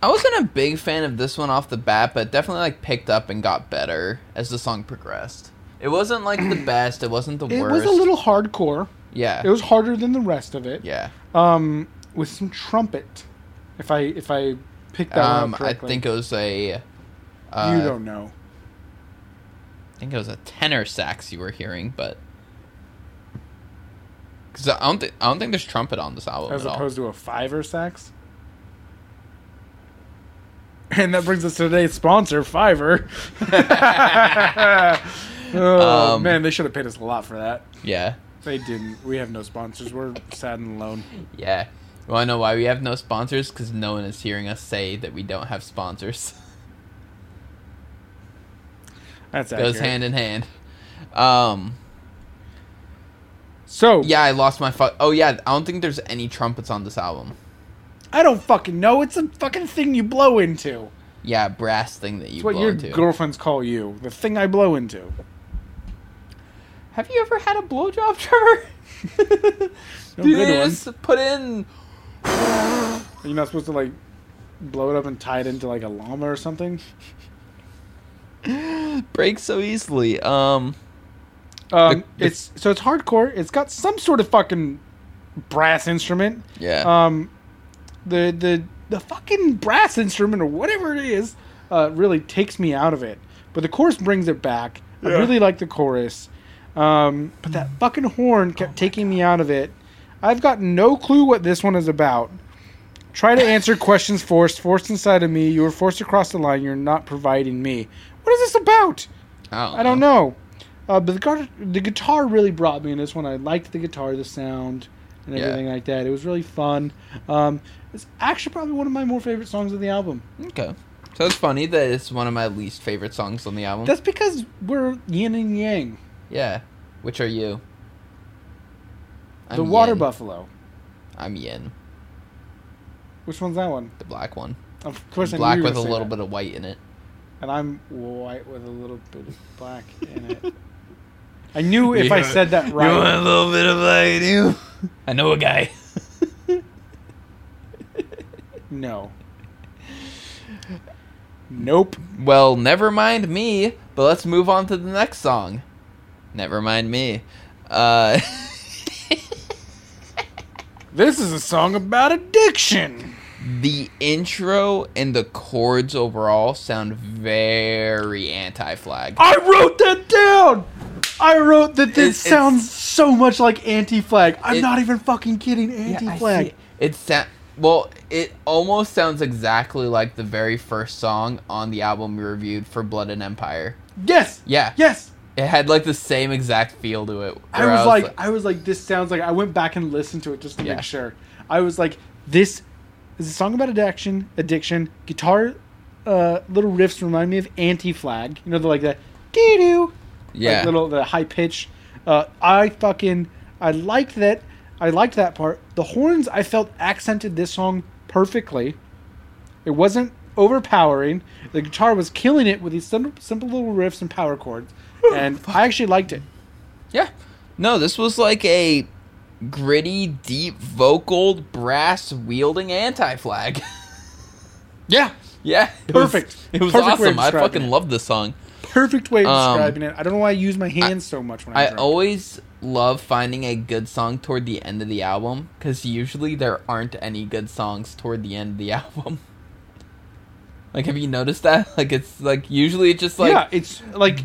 I wasn't a big fan of this one off the bat, but definitely like picked up and got better as the song progressed. It wasn't like the best. It wasn't the
it
worst.
was a little hardcore.
Yeah.
It was harder than the rest of it.
yeah.
Um, with some trumpet. If I if I pick that one
Um,
up
I
correctly.
think it was a. Uh,
you don't know.
I think it was a tenor sax you were hearing, but because I don't, thi- I don't think there's trumpet on this album
as
at all.
opposed to a fiver sax. And that brings us to today's sponsor, Fiverr. oh
Um,
man, they should have paid us a lot for that.
yeah,
They didn't. We have no sponsors. We're sad and alone.
yeah. You want to know why we have no sponsors? Because no one is hearing us say that we don't have sponsors.
That's accurate.
Goes hand in hand. Um,
So
yeah, I lost my fu- Oh yeah, I don't think there's any trumpets on this album.
I don't fucking know. It's a fucking thing you blow into.
Yeah, brass thing that you
It's what
blow
your
into.
girlfriends call you. The thing I blow into.
Have you ever had a blowjob, Trevor?
No
Dude,
good
you
one.
just put in.
You're not supposed to like blow it up and tie it into like a llama or something.
breaks so easily. Um,
Um,
The- the-
it's so it's hardcore. It's got some sort of fucking brass instrument.
yeah.
Um, the the the fucking brass instrument or whatever it is, uh, really takes me out of it. But the chorus brings it back. I
Yeah.
really like the chorus, um, but that fucking horn kept taking me out of it. I've got no clue what this one is about. Try to answer questions forced, forced inside of me. You were forced across the line. You're not providing me. What is this about? I don't know. Uh, but the guitar, the guitar really brought me in this one. I liked the guitar, the sound, and
Yeah.
everything like that. It was really fun. Um, it's actually probably one of my more favorite songs of the album.
Okay. So it's funny that it's one of my least favorite songs on the album.
That's because we're yin and yang.
yeah. Which are you?
the Water
yin.
Buffalo.
I'm Yin,
Which one's that one?
the black one.
Of course, I knew
black
you were
with a
gonna say
little
that.
bit of white in it.
And I'm white with a little bit of black in it. I knew if I
You-
said that right.
a little bit of white in you? I know a guy.
No. Nope.
well, never mind me. But let's move on to the next song. Never mind me. Uh,
This is a song about addiction.
the intro and the chords overall sound very anti-flag.
I wrote that down. I wrote that
It-
this
it's-
sounds so much like anti-flag. I'm
It-
not even fucking kidding.
Yeah, I see
Anti-flag.
It, It sa- well, it almost sounds exactly like the very first song on the album we reviewed for Blood and Empire.
yes.
Yeah.
Yes.
It had like the same exact feel to it.
I
where
was, like, I was like, this sounds like. I went back and listened to it just to
Yeah.
make sure. I was like, this is a song about addiction. Addiction. Guitar, uh, little riffs remind me of anti-flag. You know, they're like that. Doo doo.
yeah,
like little the high pitch. Uh, I fucking I liked that. I liked that part. The horns I felt accented this song perfectly. It wasn't overpowering. The guitar was killing it with these simple, simple little riffs and power chords, and I actually liked it.
yeah. No, this was like a gritty, deep vocal, brass wielding anti-flag.
Yeah,
yeah, it was-
Perfect.
It was
Perfect way of
awesome. I
describing
fucking
it.
love this song.
perfect way of
Um,
describing it. I don't know why I use my hands so much when
I
I, drink.
always love finding a good song toward the end of the album because usually there aren't any good songs toward the end of the album. Like, have you noticed that? Like, it's like usually it's just like
yeah, it's like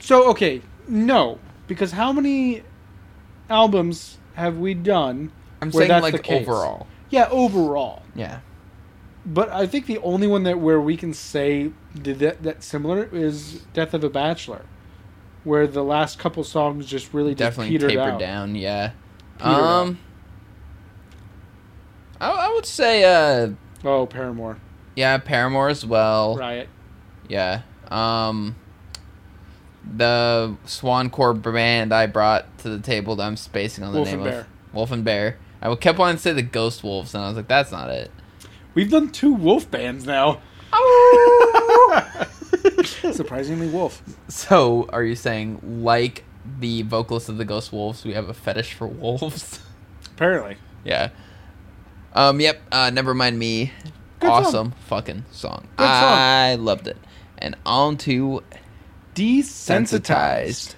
so. Okay, no, because how many albums have we done?
I'm
where
saying
that's the
like
case?
overall.
Yeah, overall.
Yeah,
But I think the only one that where we can say did that that similar is Death of a Bachelor, where the last couple songs just really just
definitely
petered
tapered
out.
down. Yeah.
Petered
um, I, I would say uh,
Oh, Paramore,
yeah, Paramore as well.
Riot.
Yeah. Um the Swancore band I brought to the table that I'm spacing on the
Wolf
name
and
of
Bear.
Wolf and Bear. I kept wanting to say the Ghost Wolves and I was like, that's not it.
We've done two Wolf bands now. Surprisingly, Wolf.
So are you saying like the vocalist of the Ghost Wolves, we have a fetish for wolves?
Apparently,
yeah. Um, yep, uh never mind me.
Good song.
awesome fucking song.
Good song.
I loved it. And on to
desensitized.
sensitized.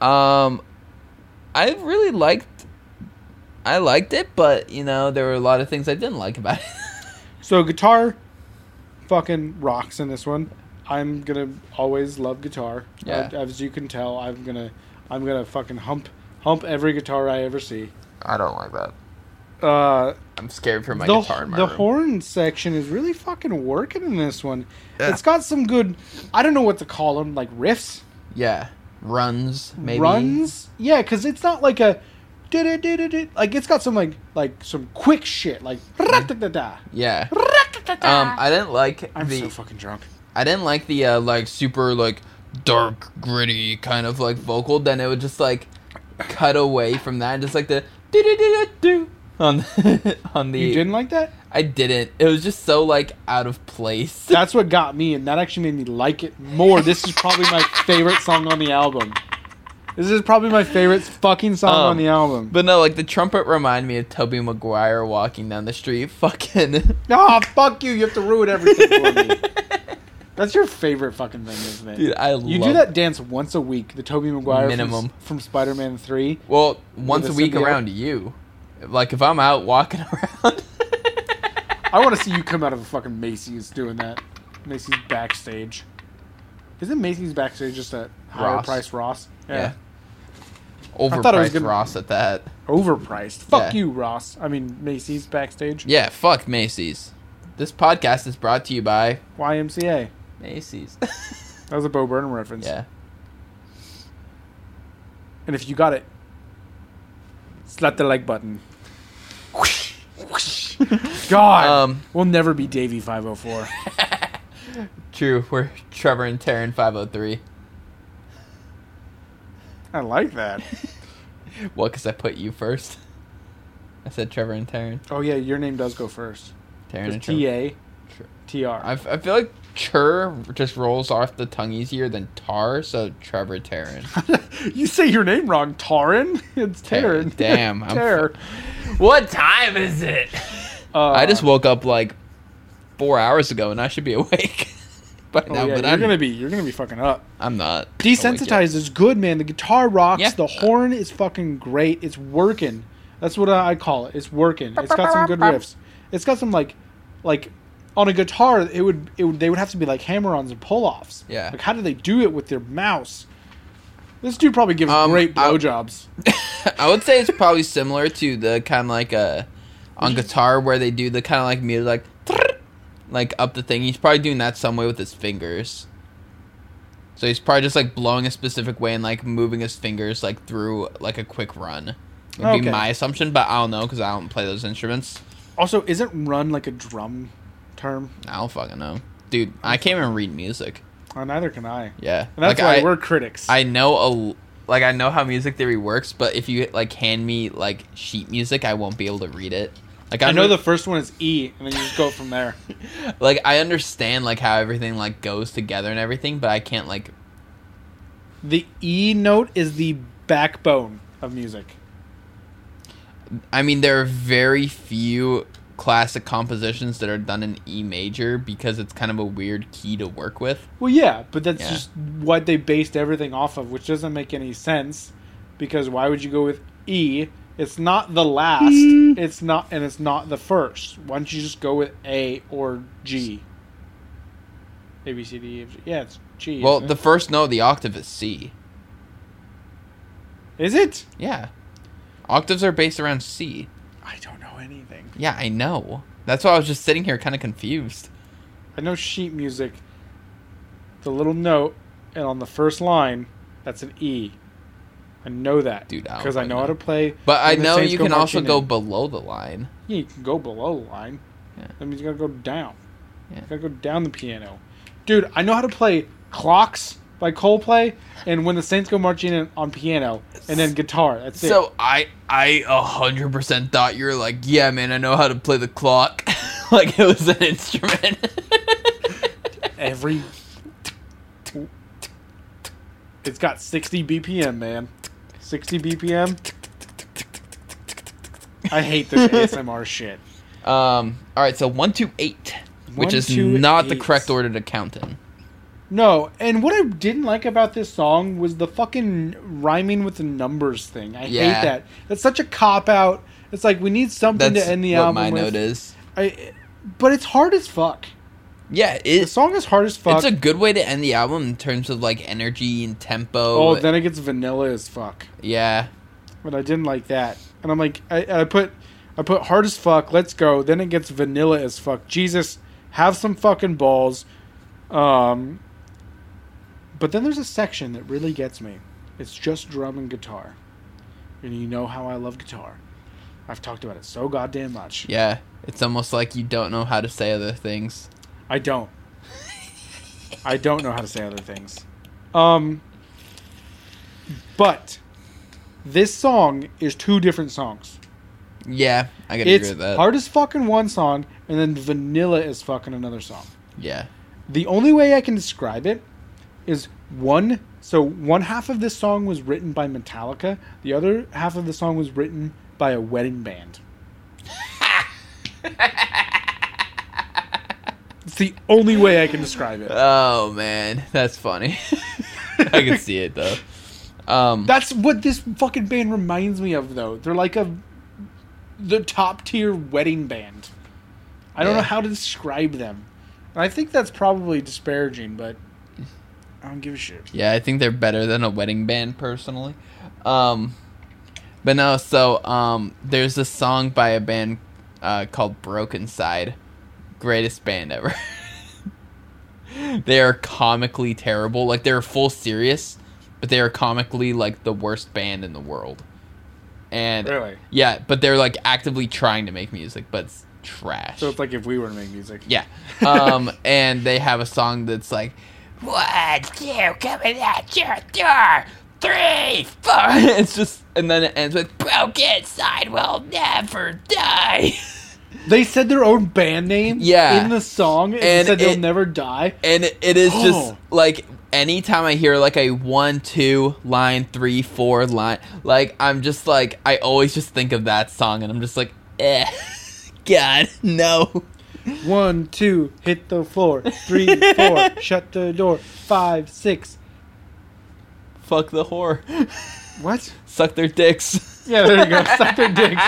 Um, I really liked, I liked it, but you know there were a lot of things I didn't like about it.
So guitar, fucking rocks in this one. I'm gonna always love guitar.
Yeah.
Uh, as you can tell, I'm gonna I'm gonna fucking hump hump every guitar I ever see.
I don't like that.
Uh,
I'm scared for my
the
guitar in my
the
room.
horn section is really fucking working in this one.
Yeah.
It's got some good. I don't know what to call them, like riffs,
yeah, runs maybe.
runs. Yeah, because it's not like a. da-da-da-da-da. Like it's got some like like some quick shit like da-da-da-da,
Yeah.
da-da-da-da.
Um, I didn't like
I'm
the
so fucking drunk.
I didn't like the uh, like super like dark gritty kind of like vocal. Then it would just like cut away from that and just like the do do do do on the, on the.
You didn't like that?
I didn't. It was just so like out of place.
That's what got me, and that actually made me like it more. This is probably my favorite song on the album. This is probably my favorite fucking song
Um,
on the album.
But no, like the trumpet reminded me of Toby Maguire walking down the street. Fucking.
Ah, fuck you! You have to ruin everything for me. That's your favorite fucking thing, isn't it?
Dude, I
you
love
do that dance once a week. The Toby Maguire
Minimum.
from, from Spider-Man Three.
Well, once
the
a week
symbiote?
around you. Like if I'm out walking around.
I want to see you come out of a fucking Macy's doing that. Macy's backstage. Isn't Macy's backstage just a higher
Ross.
price Ross?
yeah.
I thought it was
Overpriced
gonna-
Ross at that.
Overpriced. Fuck
Yeah.
you, Ross. I mean Macy's backstage.
Yeah, fuck Macy's. This podcast is brought to you by
YMCA.
Macy's.
That was a Bo Burnham reference.
yeah.
And if you got it, slap the like button. God,
Um.
we'll never be Davey five hundred four.
True. We're Trevor and Taryn 503.
I like that.
Well, because I put you first. I said Trevor and Taryn.
Oh yeah, your name does go first.
Taryn and
It's
Trevor.
T
Sure.
A
I,
T R.
f- I feel like chur just rolls off the tongue easier than tar, so Trevor Taryn.
You say your name wrong, Tarin. It's
Taryn.
Taryn.
Damn, I'm
Taryn.
what time is it?
Uh,
I just woke up like four hours ago and I should be awake by
Oh,
now,
yeah,
but
you're
I'm,
gonna be you're gonna be fucking up.
I'm not. awake yet.
Desensitized is good, man. The guitar rocks.
Yeah.
The horn is fucking great. It's working. That's what I I call it. It's working. It's got some good riffs. It's got some like, like, on a guitar, it would it would they would have to be like hammer-ons and pull-offs.
Yeah.
Like, how do they do it with their mouse? This dude probably gives
Um,
great
I-
blowjobs.
I would say it's probably similar to the kind of like uh, on
Mm-hmm.
guitar where they do the kind of like music like like up the thing. He's probably doing that some way with his fingers. So he's probably just like blowing a specific way and like moving his fingers like through like a quick run. Would be
Okay.
my assumption, but I don't know because I don't play those instruments.
Also, isn't "run" like a drum term?
I don't fucking know, dude. I can't even read music.
Oh, neither can I.
Yeah,
And that's
Like,
why
I-
we're critics.
I know a l- like I know how music theory works, but if you like hand me like sheet music, I won't be able to read it. Like
I
I'm-
know the first one is E, and then you just go from there.
like I understand like how everything like goes together and everything, but I can't like
The E note is the backbone of music.
I mean there are very few classic compositions that are done in E major because it's kind of a weird key to work with.
Well, yeah, but that's
Yeah.
just what they based everything off of, which doesn't make any sense because why would you go with E? It's not the last.
Mm.
It's not, and it's not the first. Why don't you just go with A or G? A B C D E F G. Yeah, it's G.
Well,
isn't
the first note of the octave is C.
it? is it?
Yeah. Octaves are based around C.
I don't know anything.
Yeah, I know. That's why I was just sitting here kind of confused.
I know sheet music. The little note, and on the first line, that's an E. I know that,
Dude, I don't
because I
fucking
know
know.
how to play.
But I
When the
know
Saints
you
Go
can also
Marching
go
In.
below the line.
Yeah, you can go below the line.
Yeah.
That means you gotta go down.
Yeah.
You gotta go down the piano. Dude, I know how to play Clocks by Coldplay and When the Saints Go Marching In on piano and then guitar. That's it.
So I I a hundred percent thought you were like, yeah, man, I know how to play the clock, like it was an instrument.
Every. It's got 60 BPM, man. 60 BPM. I hate this ASMR shit.
um. All right. So one two eight, which
One,
is
two,
not the
eight.
correct order to count in.
No, and what I didn't like about this song was the fucking rhyming with the numbers thing. I
Yeah.
hate that. That's such a cop out. It's like we need something
That's
to end the
what
album
my
with.
note is.
I, but it's hard as fuck.
Yeah,
The
it,
song is hard as fuck.
it's a good way to end the album in terms of like energy and tempo.
oh, then it gets vanilla as fuck.
yeah,
But I didn't like that. And I'm like, I, I put, I put hard as fuck. Let's go. Then it gets vanilla as fuck. Jesus, have some fucking balls. Um. But then there's a section that really gets me. It's just drum and guitar, and you know how I love guitar. I've talked about it so goddamn much.
yeah. It's almost like you don't know how to say other things.
I don't. I don't know how to say other things. Um, but this song is two different songs.
Yeah, I gotta
It's
agree with that.
hard as fucking one song, and then vanilla is fucking another song.
Yeah,
The only way I can describe it is one. So one half of this song was written by Metallica. The other half of the song was written by a wedding band. it's the only way I can describe it.
Oh man, that's funny. I can see it though. Um,
That's what this fucking band reminds me of, though. They're like a the top tier wedding band. I don't
Yeah.
know how to describe them. And I think that's probably disparaging, but I don't give a shit.
yeah, I think they're better than a wedding band personally. Um, but no, so um, there's a song by a band uh, called Broken Side, greatest band ever. they are comically terrible. Like they're full serious, but they are comically like the worst band in the world. And
Really?
yeah, but they're like actively trying to make music, but it's trash.
So it's like if we were to make music.
Yeah. Um, and they have a song that's like, one, two, coming at your door, three, four. It's just, and then it ends with, broken side will never die.
They said their own band name
Yeah.
in the song and,
And
said they'll
it-
never die.
And it is just
Oh.
like, anytime I hear like a one, two, line, three, four, line, like, I'm just like, I always just think of that song and I'm just like, eh, God, no.
One, two, hit the floor. Three, four, shut the door. Five, six.
Fuck the whore.
What?
Suck their dicks.
Yeah, there you go. Suck their dicks.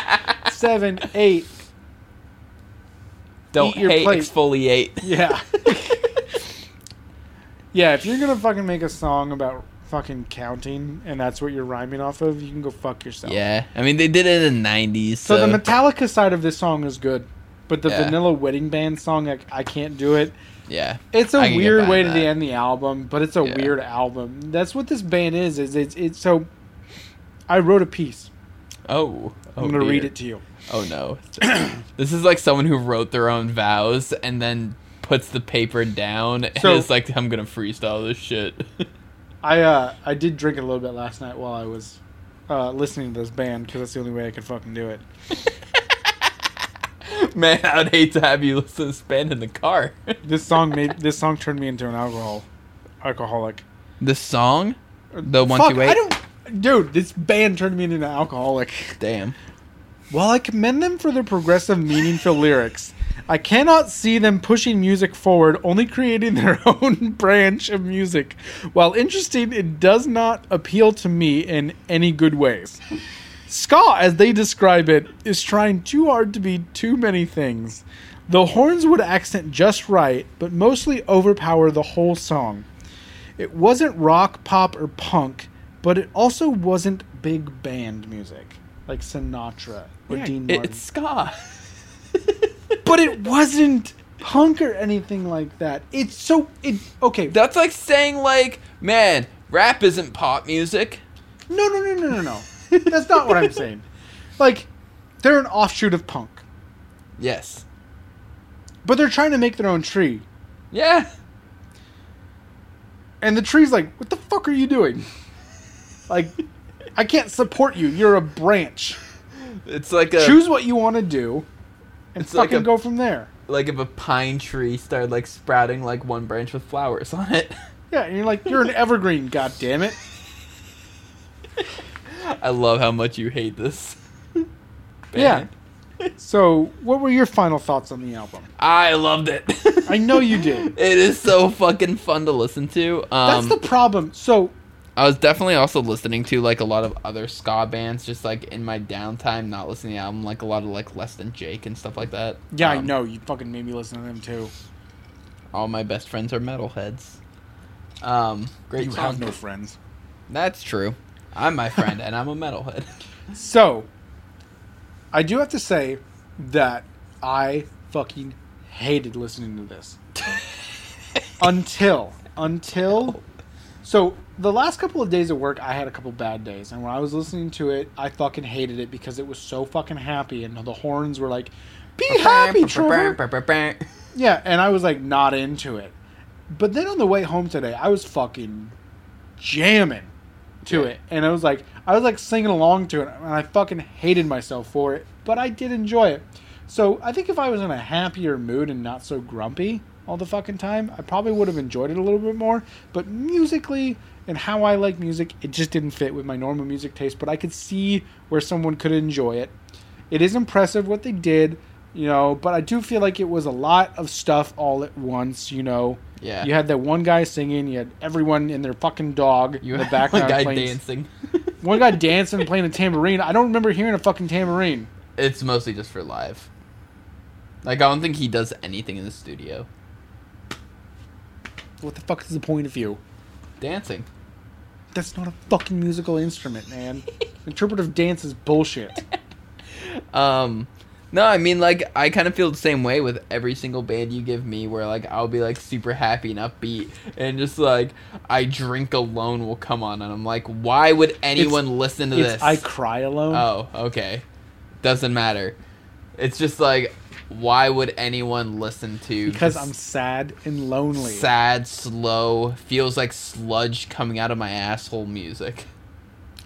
Seven, eight.
Don't
Eat your
hate,
plate.
exfoliate.
Yeah. yeah, if you're gonna fucking make a song about fucking counting and that's what you're rhyming off of, you can go fuck yourself.
Yeah, I mean they did it in the '90s.
So,
So,
the Metallica side of this song is good, but the
Yeah.
Vanilla Wedding Band song, I, I can't do it.
yeah,
It's
I
a
can get
weird
behind
way
that.
to end the album, but it's a
Yeah.
weird album. That's what this band is. Is it's it's so. I wrote a piece.
Oh, oh
I'm gonna read
dear.
it to you.
Oh no, this is like someone who wrote their own vows and then puts the paper down and
So-
it's like, I'm gonna freestyle this shit.
I uh I did drink a little bit last night while I was uh, listening to this band because that's the only way I could fucking do it.
Man, I would hate to have you listen to this band in the car.
This song made this song turned me into an alcohol alcoholic.
the song, the one
Fuck,
two eight.
I don't, dude. This band turned me into an alcoholic.
Damn.
While I commend them for their progressive, meaningful lyrics, I cannot see them pushing music forward, only creating their own branch of music. While interesting, it does not appeal to me in any good ways. Ska, as they describe it, is trying too hard to be too many things. The horns would accent just right, but mostly overpower the whole song. It wasn't rock, pop, or punk, but it also wasn't big band music like Sinatra or
Yeah,
Dean
it-
Martin.
it's ska.
but it wasn't punk or anything like that. It's so it okay.
That's like saying like, man, rap isn't pop music.
No, no, no, no, no, no. That's not what I'm saying. Like they're an offshoot of punk,
Yes.
but they're trying to make their own tree.
Yeah.
And the tree's like, "What the fuck are you doing? Like, I can't support you. You're a branch.
It's like a
Choose what you want to do, and
It's like
fucking
a-
go from there."
like if a pine tree started like sprouting like one branch with flowers on it.
Yeah, and you're like, "You're an evergreen, god damn it."
I love how much you hate this.
Yeah.
band.
So, what were your final thoughts on the album?
I loved it.
I know you did.
It is so fucking fun to listen to. Um,
That's the problem. So,
I was definitely also listening to like a lot of other ska bands, just like in my downtime, not listening to the album, like a lot of like Less Than Jake and stuff like that.
Yeah, I
Um,
know. You fucking made me listen to them too.
all my best friends are metalheads. Um, great
you
song.
have no friends.
That's true. I'm my friend, and I'm a metalhead.
So, I do have to say that I fucking hated listening to this. until, until. So, the last couple of days at work, I had a couple bad days. And when I was listening to it, I fucking hated it because it was so fucking happy. And the horns were like, Be happy, Trevor! Yeah, and I was like not into it. But then on the way home today, I was fucking jamming to
Yeah.
it. And I was like I was like singing along to it and I fucking hated myself for it, but I did enjoy it. So, I think if I was in a happier mood and not so grumpy all the fucking time, I probably would have enjoyed it a little bit more, but musically and how I like music, it just didn't fit with my normal music taste, but I could see where someone could enjoy it it is impressive what they did, you know, but I do feel like it was a lot of stuff all at once, you know.
Yeah.
You had that one guy singing, you had everyone and their fucking dog
You
in
the
the background
guy
playing
dancing.
one guy dancing and playing a tambourine. I don't remember hearing a fucking tambourine.
It's mostly just for live. Like I don't think he does anything in the studio.
What the fuck is the point of view?
Dancing.
That's not a fucking musical instrument, man. Interpretive dance is bullshit.
Um no, I mean like I kind of feel the same way with every single band you give me where like I'll be like super happy and upbeat and just like I drink alone will come on and I'm like why would anyone listen to
It's
this?
I cry alone.
oh, okay. Doesn't matter. It's just like why would anyone listen to
because
this
I'm sad and lonely.
sad, slow, feels like sludge coming out of my asshole music.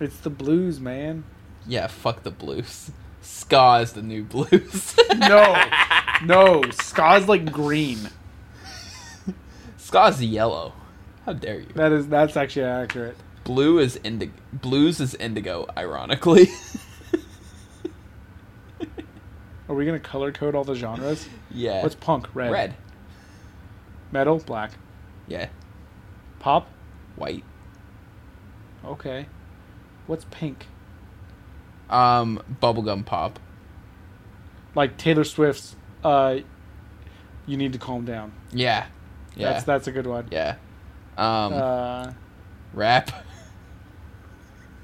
It's the blues, man.
Yeah, fuck the blues. Ska is the new blues.
No. No. Ska's like green.
Ska is yellow. How dare you?
That is that's actually accurate.
Blue is indigo. Blues is indigo. Ironically,
Are we gonna color code all the genres?
yeah.
What's punk? Red.
red?
Metal. Black.
Yeah,
Pop.
white.
Okay. What's pink?
Um, bubblegum pop.
Like Taylor Swift's. Uh, you need to calm down.
Yeah, yeah,
That's that's a good one.
yeah. Um,
Uh,
rap.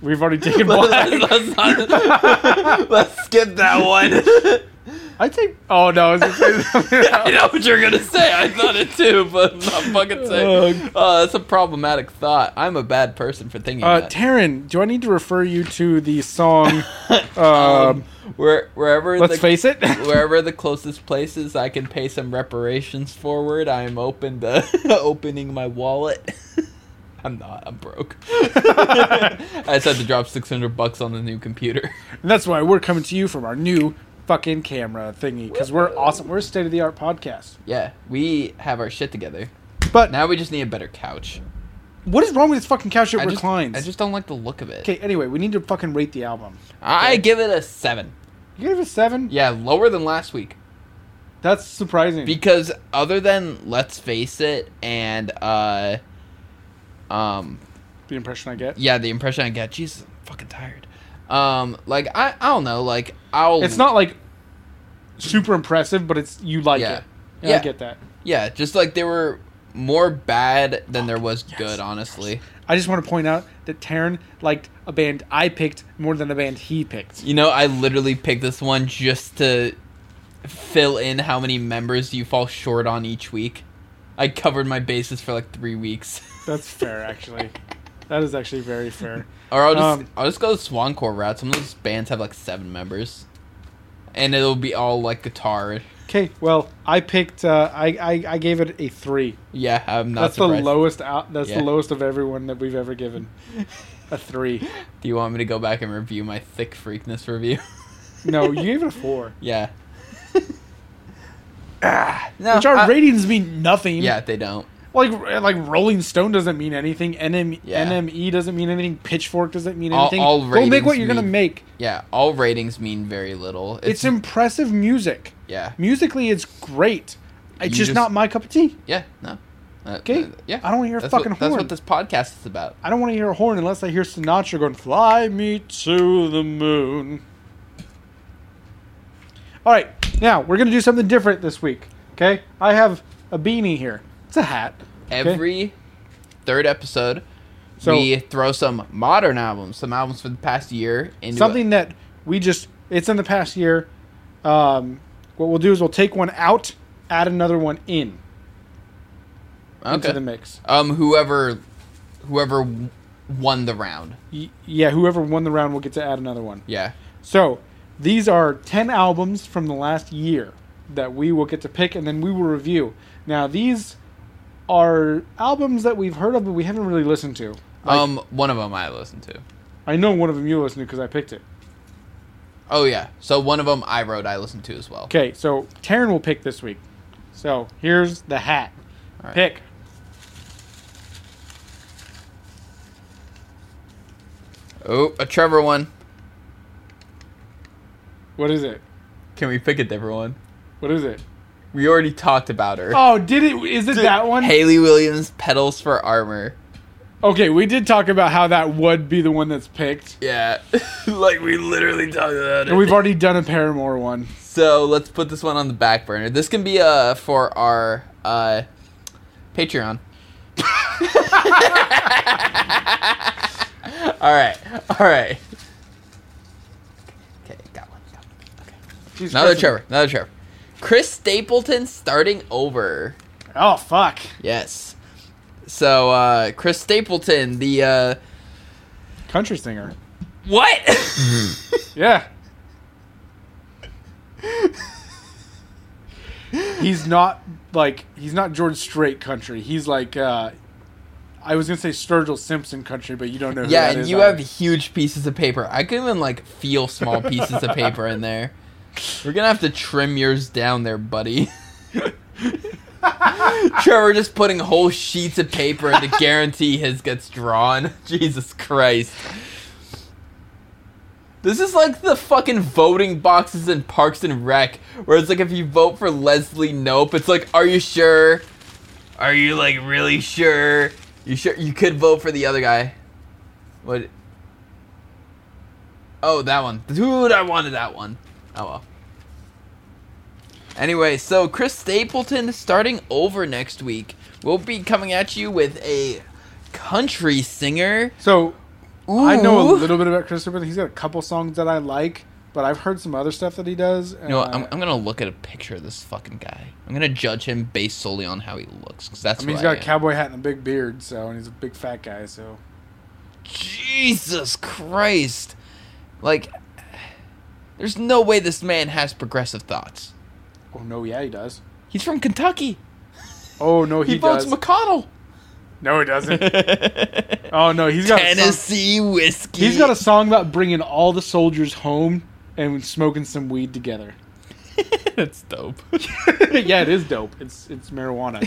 we've already taken
let's,
black.
let's not- let's skip that one.
I think. Oh no! I was gonna say
I know what you're gonna say. I thought it too, but I'm not fucking saying. Oh, that's a problematic thought. I'm a bad person for thinking
Uh,
that.
Taryn, do I need to refer you to the song? Um,
Where, wherever
let's
the,
face it.
wherever the closest places I can pay some reparations forward, I'm open to opening my wallet. I'm not. I'm broke. I just had to drop 600 bucks on the new computer.
And that's why we're coming to you from our new fucking camera thingy because we're awesome. We're a state of the art podcast.
Yeah, we have our shit together.
But
Now we just need a better couch.
What is wrong with this fucking couch? It
I just,
reclines.
I just don't like the look of it.
okay, anyway, we need to fucking rate the album.
I give it a seven.
You give it a seven?
Yeah, lower than last week.
That's surprising.
because other than let's face it and uh um
the impression I get.
yeah the impression i get jesus i'm fucking tired um like i i don't know like i'll
It's not like super impressive, but it's you like
Yeah.
it. Yeah, I
Yeah.
get that.
yeah just like there were more bad than there was good honestly
I just want to point out that Taryn liked a band I picked more than a band he picked.
you know i literally picked this one just to fill in how many members you fall short on each week i covered my bases for like three weeks
That's fair, actually. that is actually very fair.
Or I'll just
Um,
I'll just go the Swancore route. Some of those bands have like seven members, and it'll be all like guitar.
Okay, well, I picked. Uh, I, I I gave it a three.
Yeah, I'm not
that's
surprised.
the lowest. Out, that's
Yeah.
the lowest of everyone that we've ever given. A three.
Do you want me to go back and review my thick freakness review?
No, you gave it a four.
yeah. ah, no,
Which our
I-
ratings mean nothing.
yeah, they don't.
Like like Rolling Stone doesn't mean anything. E, NM,
Yeah.
NME doesn't mean anything. Pitchfork doesn't mean
All-
anything.
all
Go make
ratings
what you're gonna
mean-
make.
Yeah, all ratings mean very little.
It's impressive music.
yeah,
Musically, it's great.
You
It's just,
just-
not my cup of tea.
yeah, no. Uh,
Okay?
uh, yeah,
I don't wanna hear a
that's
fucking
what, That's
horn.
what this podcast is about.
I don't want to hear a horn unless I hear Sinatra going "Fly me to the moon." All right, now we're gonna do something different this week. Okay, I have a beanie here. It's a hat. okay?
Every third episode,
So-
we throw some modern albums, some albums for the past year into
something that we just it's in the past year. Um, what we'll do is we'll take one out, add another one in
a-
into
okay.
the mix.
Um, whoever, whoever won the round.
Y- yeah, whoever won the round will get to add another one.
Yeah.
So these are 10 albums from the last year that we will get to pick and then we will review. Now, these are albums that we've heard of but we haven't really listened to. Like,
um, one of them I listened to.
I know one of them you listened to because I picked it.
Oh yeah. So one of them I wrote. I listened to as well.
Okay, so Taryn will pick this week. So here's the hat.
All right.
Pick.
Oh, a Trevor one.
What is it?
Can we pick a different one?
What is it?
We already talked about her.
Oh, did it? Is it that one?
Haley Williams, Pedals for Armor.
Okay, we did talk about how that would be the one that's picked.
Yeah. like we literally talked about it.
And we've already done a Paramore one.
So let's put this one on the back burner. This can be uh for our uh Patreon. all right, all right. Okay, got one. Got one.
Jesus
Another
Christ.
Trevor. Another Trevor. Chris Stapleton starting over.
Oh, fuck.
Yes. So uh Chris Stapleton, the uh
Country singer.
what?
Yeah. he's not like he's not George Strait country. He's like uh I was gonna say Sturgill Simpson country, but you don't know. Who
yeah,
that
and
is
you
either.
have huge pieces of paper. I can even like feel small pieces of paper in there. We're gonna have to trim yours down there, buddy. Trevor just putting whole sheets of paper in to guarantee his gets drawn. Jesus Christ. This is like the fucking voting boxes in Parks and Rec, where it's like if you vote for Leslie Nope, it's like, are you sure? Are you like really sure? You sure you could vote for the other guy? What? Oh, that one. Dude, I wanted that one. Oh well. Anyway, so Chris Stapleton starting over next week. We'll be coming at you with a country singer.
So I know a
Ooh.
little bit about Christopher. He's got a couple songs that I like, but I've heard some other stuff that he does.
You know, what, I'm, I'm gonna look at a picture of this fucking guy. I'm gonna judge him based solely on how he looks, because that's.
I mean,
who
he's got
I
a
am.
cowboy hat and a big beard, so and he's a big fat guy, so
Jesus Christ. Like, there's no way this man has progressive thoughts.
oh no, yeah, he does.
He's from Kentucky.
Oh no,
He,
he,
votes
does.
McConnell.
no, he doesn't. Oh no, he's got A song,
Tennessee whiskey.
he's got a song about bringing all the soldiers home and smoking some weed together.
That's dope.
yeah, it is dope. It's it's marijuana.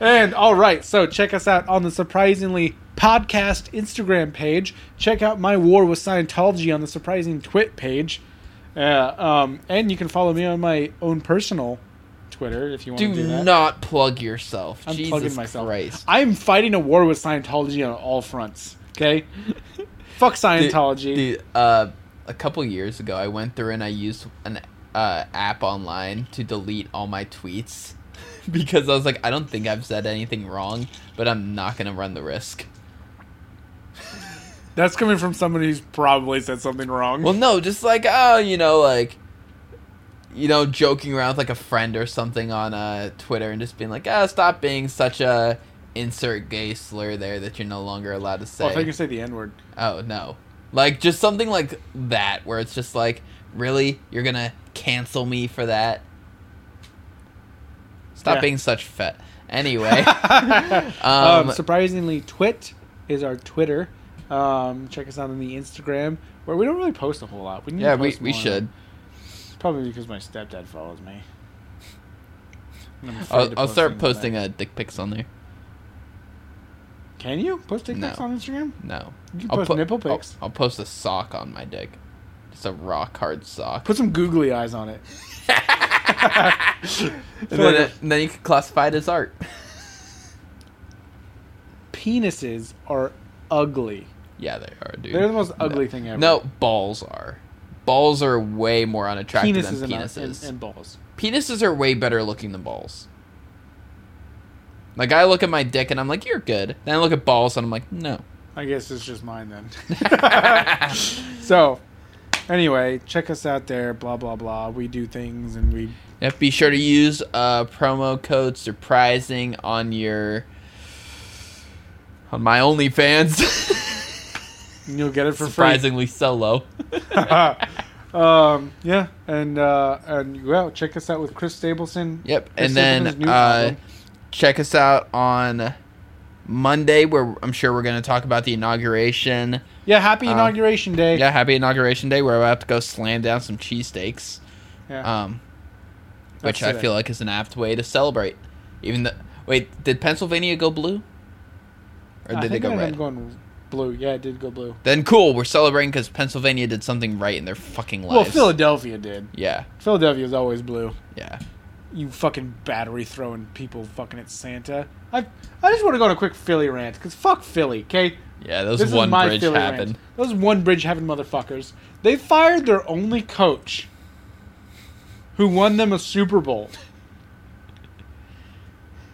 and all right, so check us out on the surprisingly podcast Instagram page. Check out my war with Scientology on the surprising twit page, uh, um, and you can follow me on my own personal Twitter if you want
Do,
to do that.
not plug yourself.
I'm
Jesus
plugging myself.
Christ.
I'm fighting a war with Scientology on all fronts. Okay, fuck Scientology.
Dude, uh, a couple years ago, I went through and I used an uh, app online to delete all my tweets because I was like, I don't think I've said anything wrong, but I'm not gonna run the risk.
That's coming from somebody who's probably said something wrong.
Well, no, just like oh, you know, like you know, joking around with like a friend or something on uh, Twitter and just being like, ah, stop being such a insert gay slur there that you're no longer allowed to
oh, I thought you were
say.
gonna say the N word.
Oh, no, like just something like that where it's just like, really, you're gonna cancel me for that? Stop
Yeah.
being such fat. Anyway,
um,
Um,
surprisingly, Twit is our Twitter. Um, check us out on the Instagram, where we don't really post a whole lot. We need
yeah,
to
we
post
we
more.
should.
It's probably because my stepdad follows me. And I'm afraid
I'll,
to
I'll
post
start
things
posting
back.
uh, dick pics on there.
Can you post dick pics
No.
on Instagram?
No.
You can post nipple pics.
I'll, I'll post a sock on my dick. Just a rock hard sock.
Put some googly eyes on it.
and, then, it- and then you can classify it as art.
Penises are ugly.
Yeah, they are, dude.
They're the most
No.
ugly thing ever.
No, balls are. Balls are way more unattractive
penises,
than
and,
penises.
And, and balls.
Penises are way better looking than balls. Like I look at my dick and I'm like, you're good. Then I look at balls and I'm like, no.
I guess it's just mine then. so, anyway, check us out there. Blah blah blah. We do things and we
You have to be sure to use uh, promo code surprising on your on my OnlyFans.
and you'll get it for free.
Surprisingly so low.
um, yeah, and uh, and well, check us out with Chris Stapleton.
Yep.
Chris
and
Stapleton's
then
new
uh,
album.
check us out on Monday, where I'm sure we're going to talk about the inauguration.
yeah, happy
uh,
inauguration day.
Yeah, happy inauguration day, where I have to go slam down some cheesesteaks,
Yeah.
um,
That's
which I
it.
feel like is an apt way to celebrate. Even the wait, did Pennsylvania go blue, or
I
did they
think
go
I ended
red?
up going blue. Yeah, it did go blue.
Then cool, we're celebrating because Pennsylvania did something right in their fucking lives.
Well, Philadelphia did.
Yeah,
Philadelphia is always blue.
yeah.
You fucking battery throwing people fucking at Santa. I I just want to go on a quick Philly rant because fuck Philly, okay?
Yeah, those
This
one
is my
bridge
Philly
happened.
rant. Those one bridge happened motherfuckers. They fired their only coach, who won them a Super Bowl.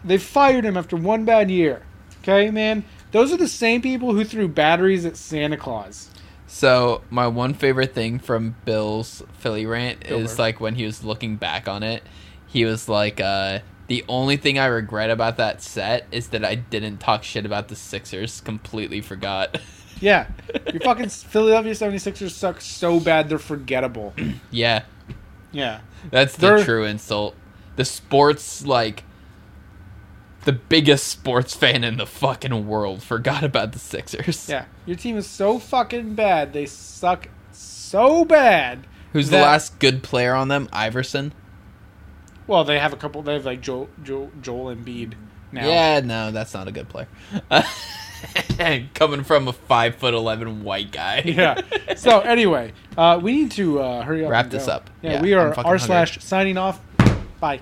They fired him after one bad year. Okay, man. Those are the same people who threw batteries at Santa Claus.
So my one favorite thing from Bill's Philly rant
Bill
is
Burr.
like when he was looking back on it, he was like, uh, "The only thing I regret about that set is that I didn't talk shit about the Sixers. Completely forgot."
Yeah. Your fucking Philadelphia 76ers suck so bad they're forgettable.
yeah,
Yeah.
that's the
They're-
true insult. The sports like the biggest sports fan in the fucking world forgot about the Sixers.
Yeah. Your team is so fucking bad. They suck so bad.
Who's the
that-
last good player on them? Iverson.
Well, they have a couple. They have like Joel, Joel, Joel Embiid now.
Yeah, no, that's not a good player. Coming from a five foot eleven white guy.
Yeah. So anyway, uh, we need to uh, hurry up.
Wrap
and
this
go.
up.
Yeah,
Yeah,
we
I'm
are
fucking
r slash signing off. Bye.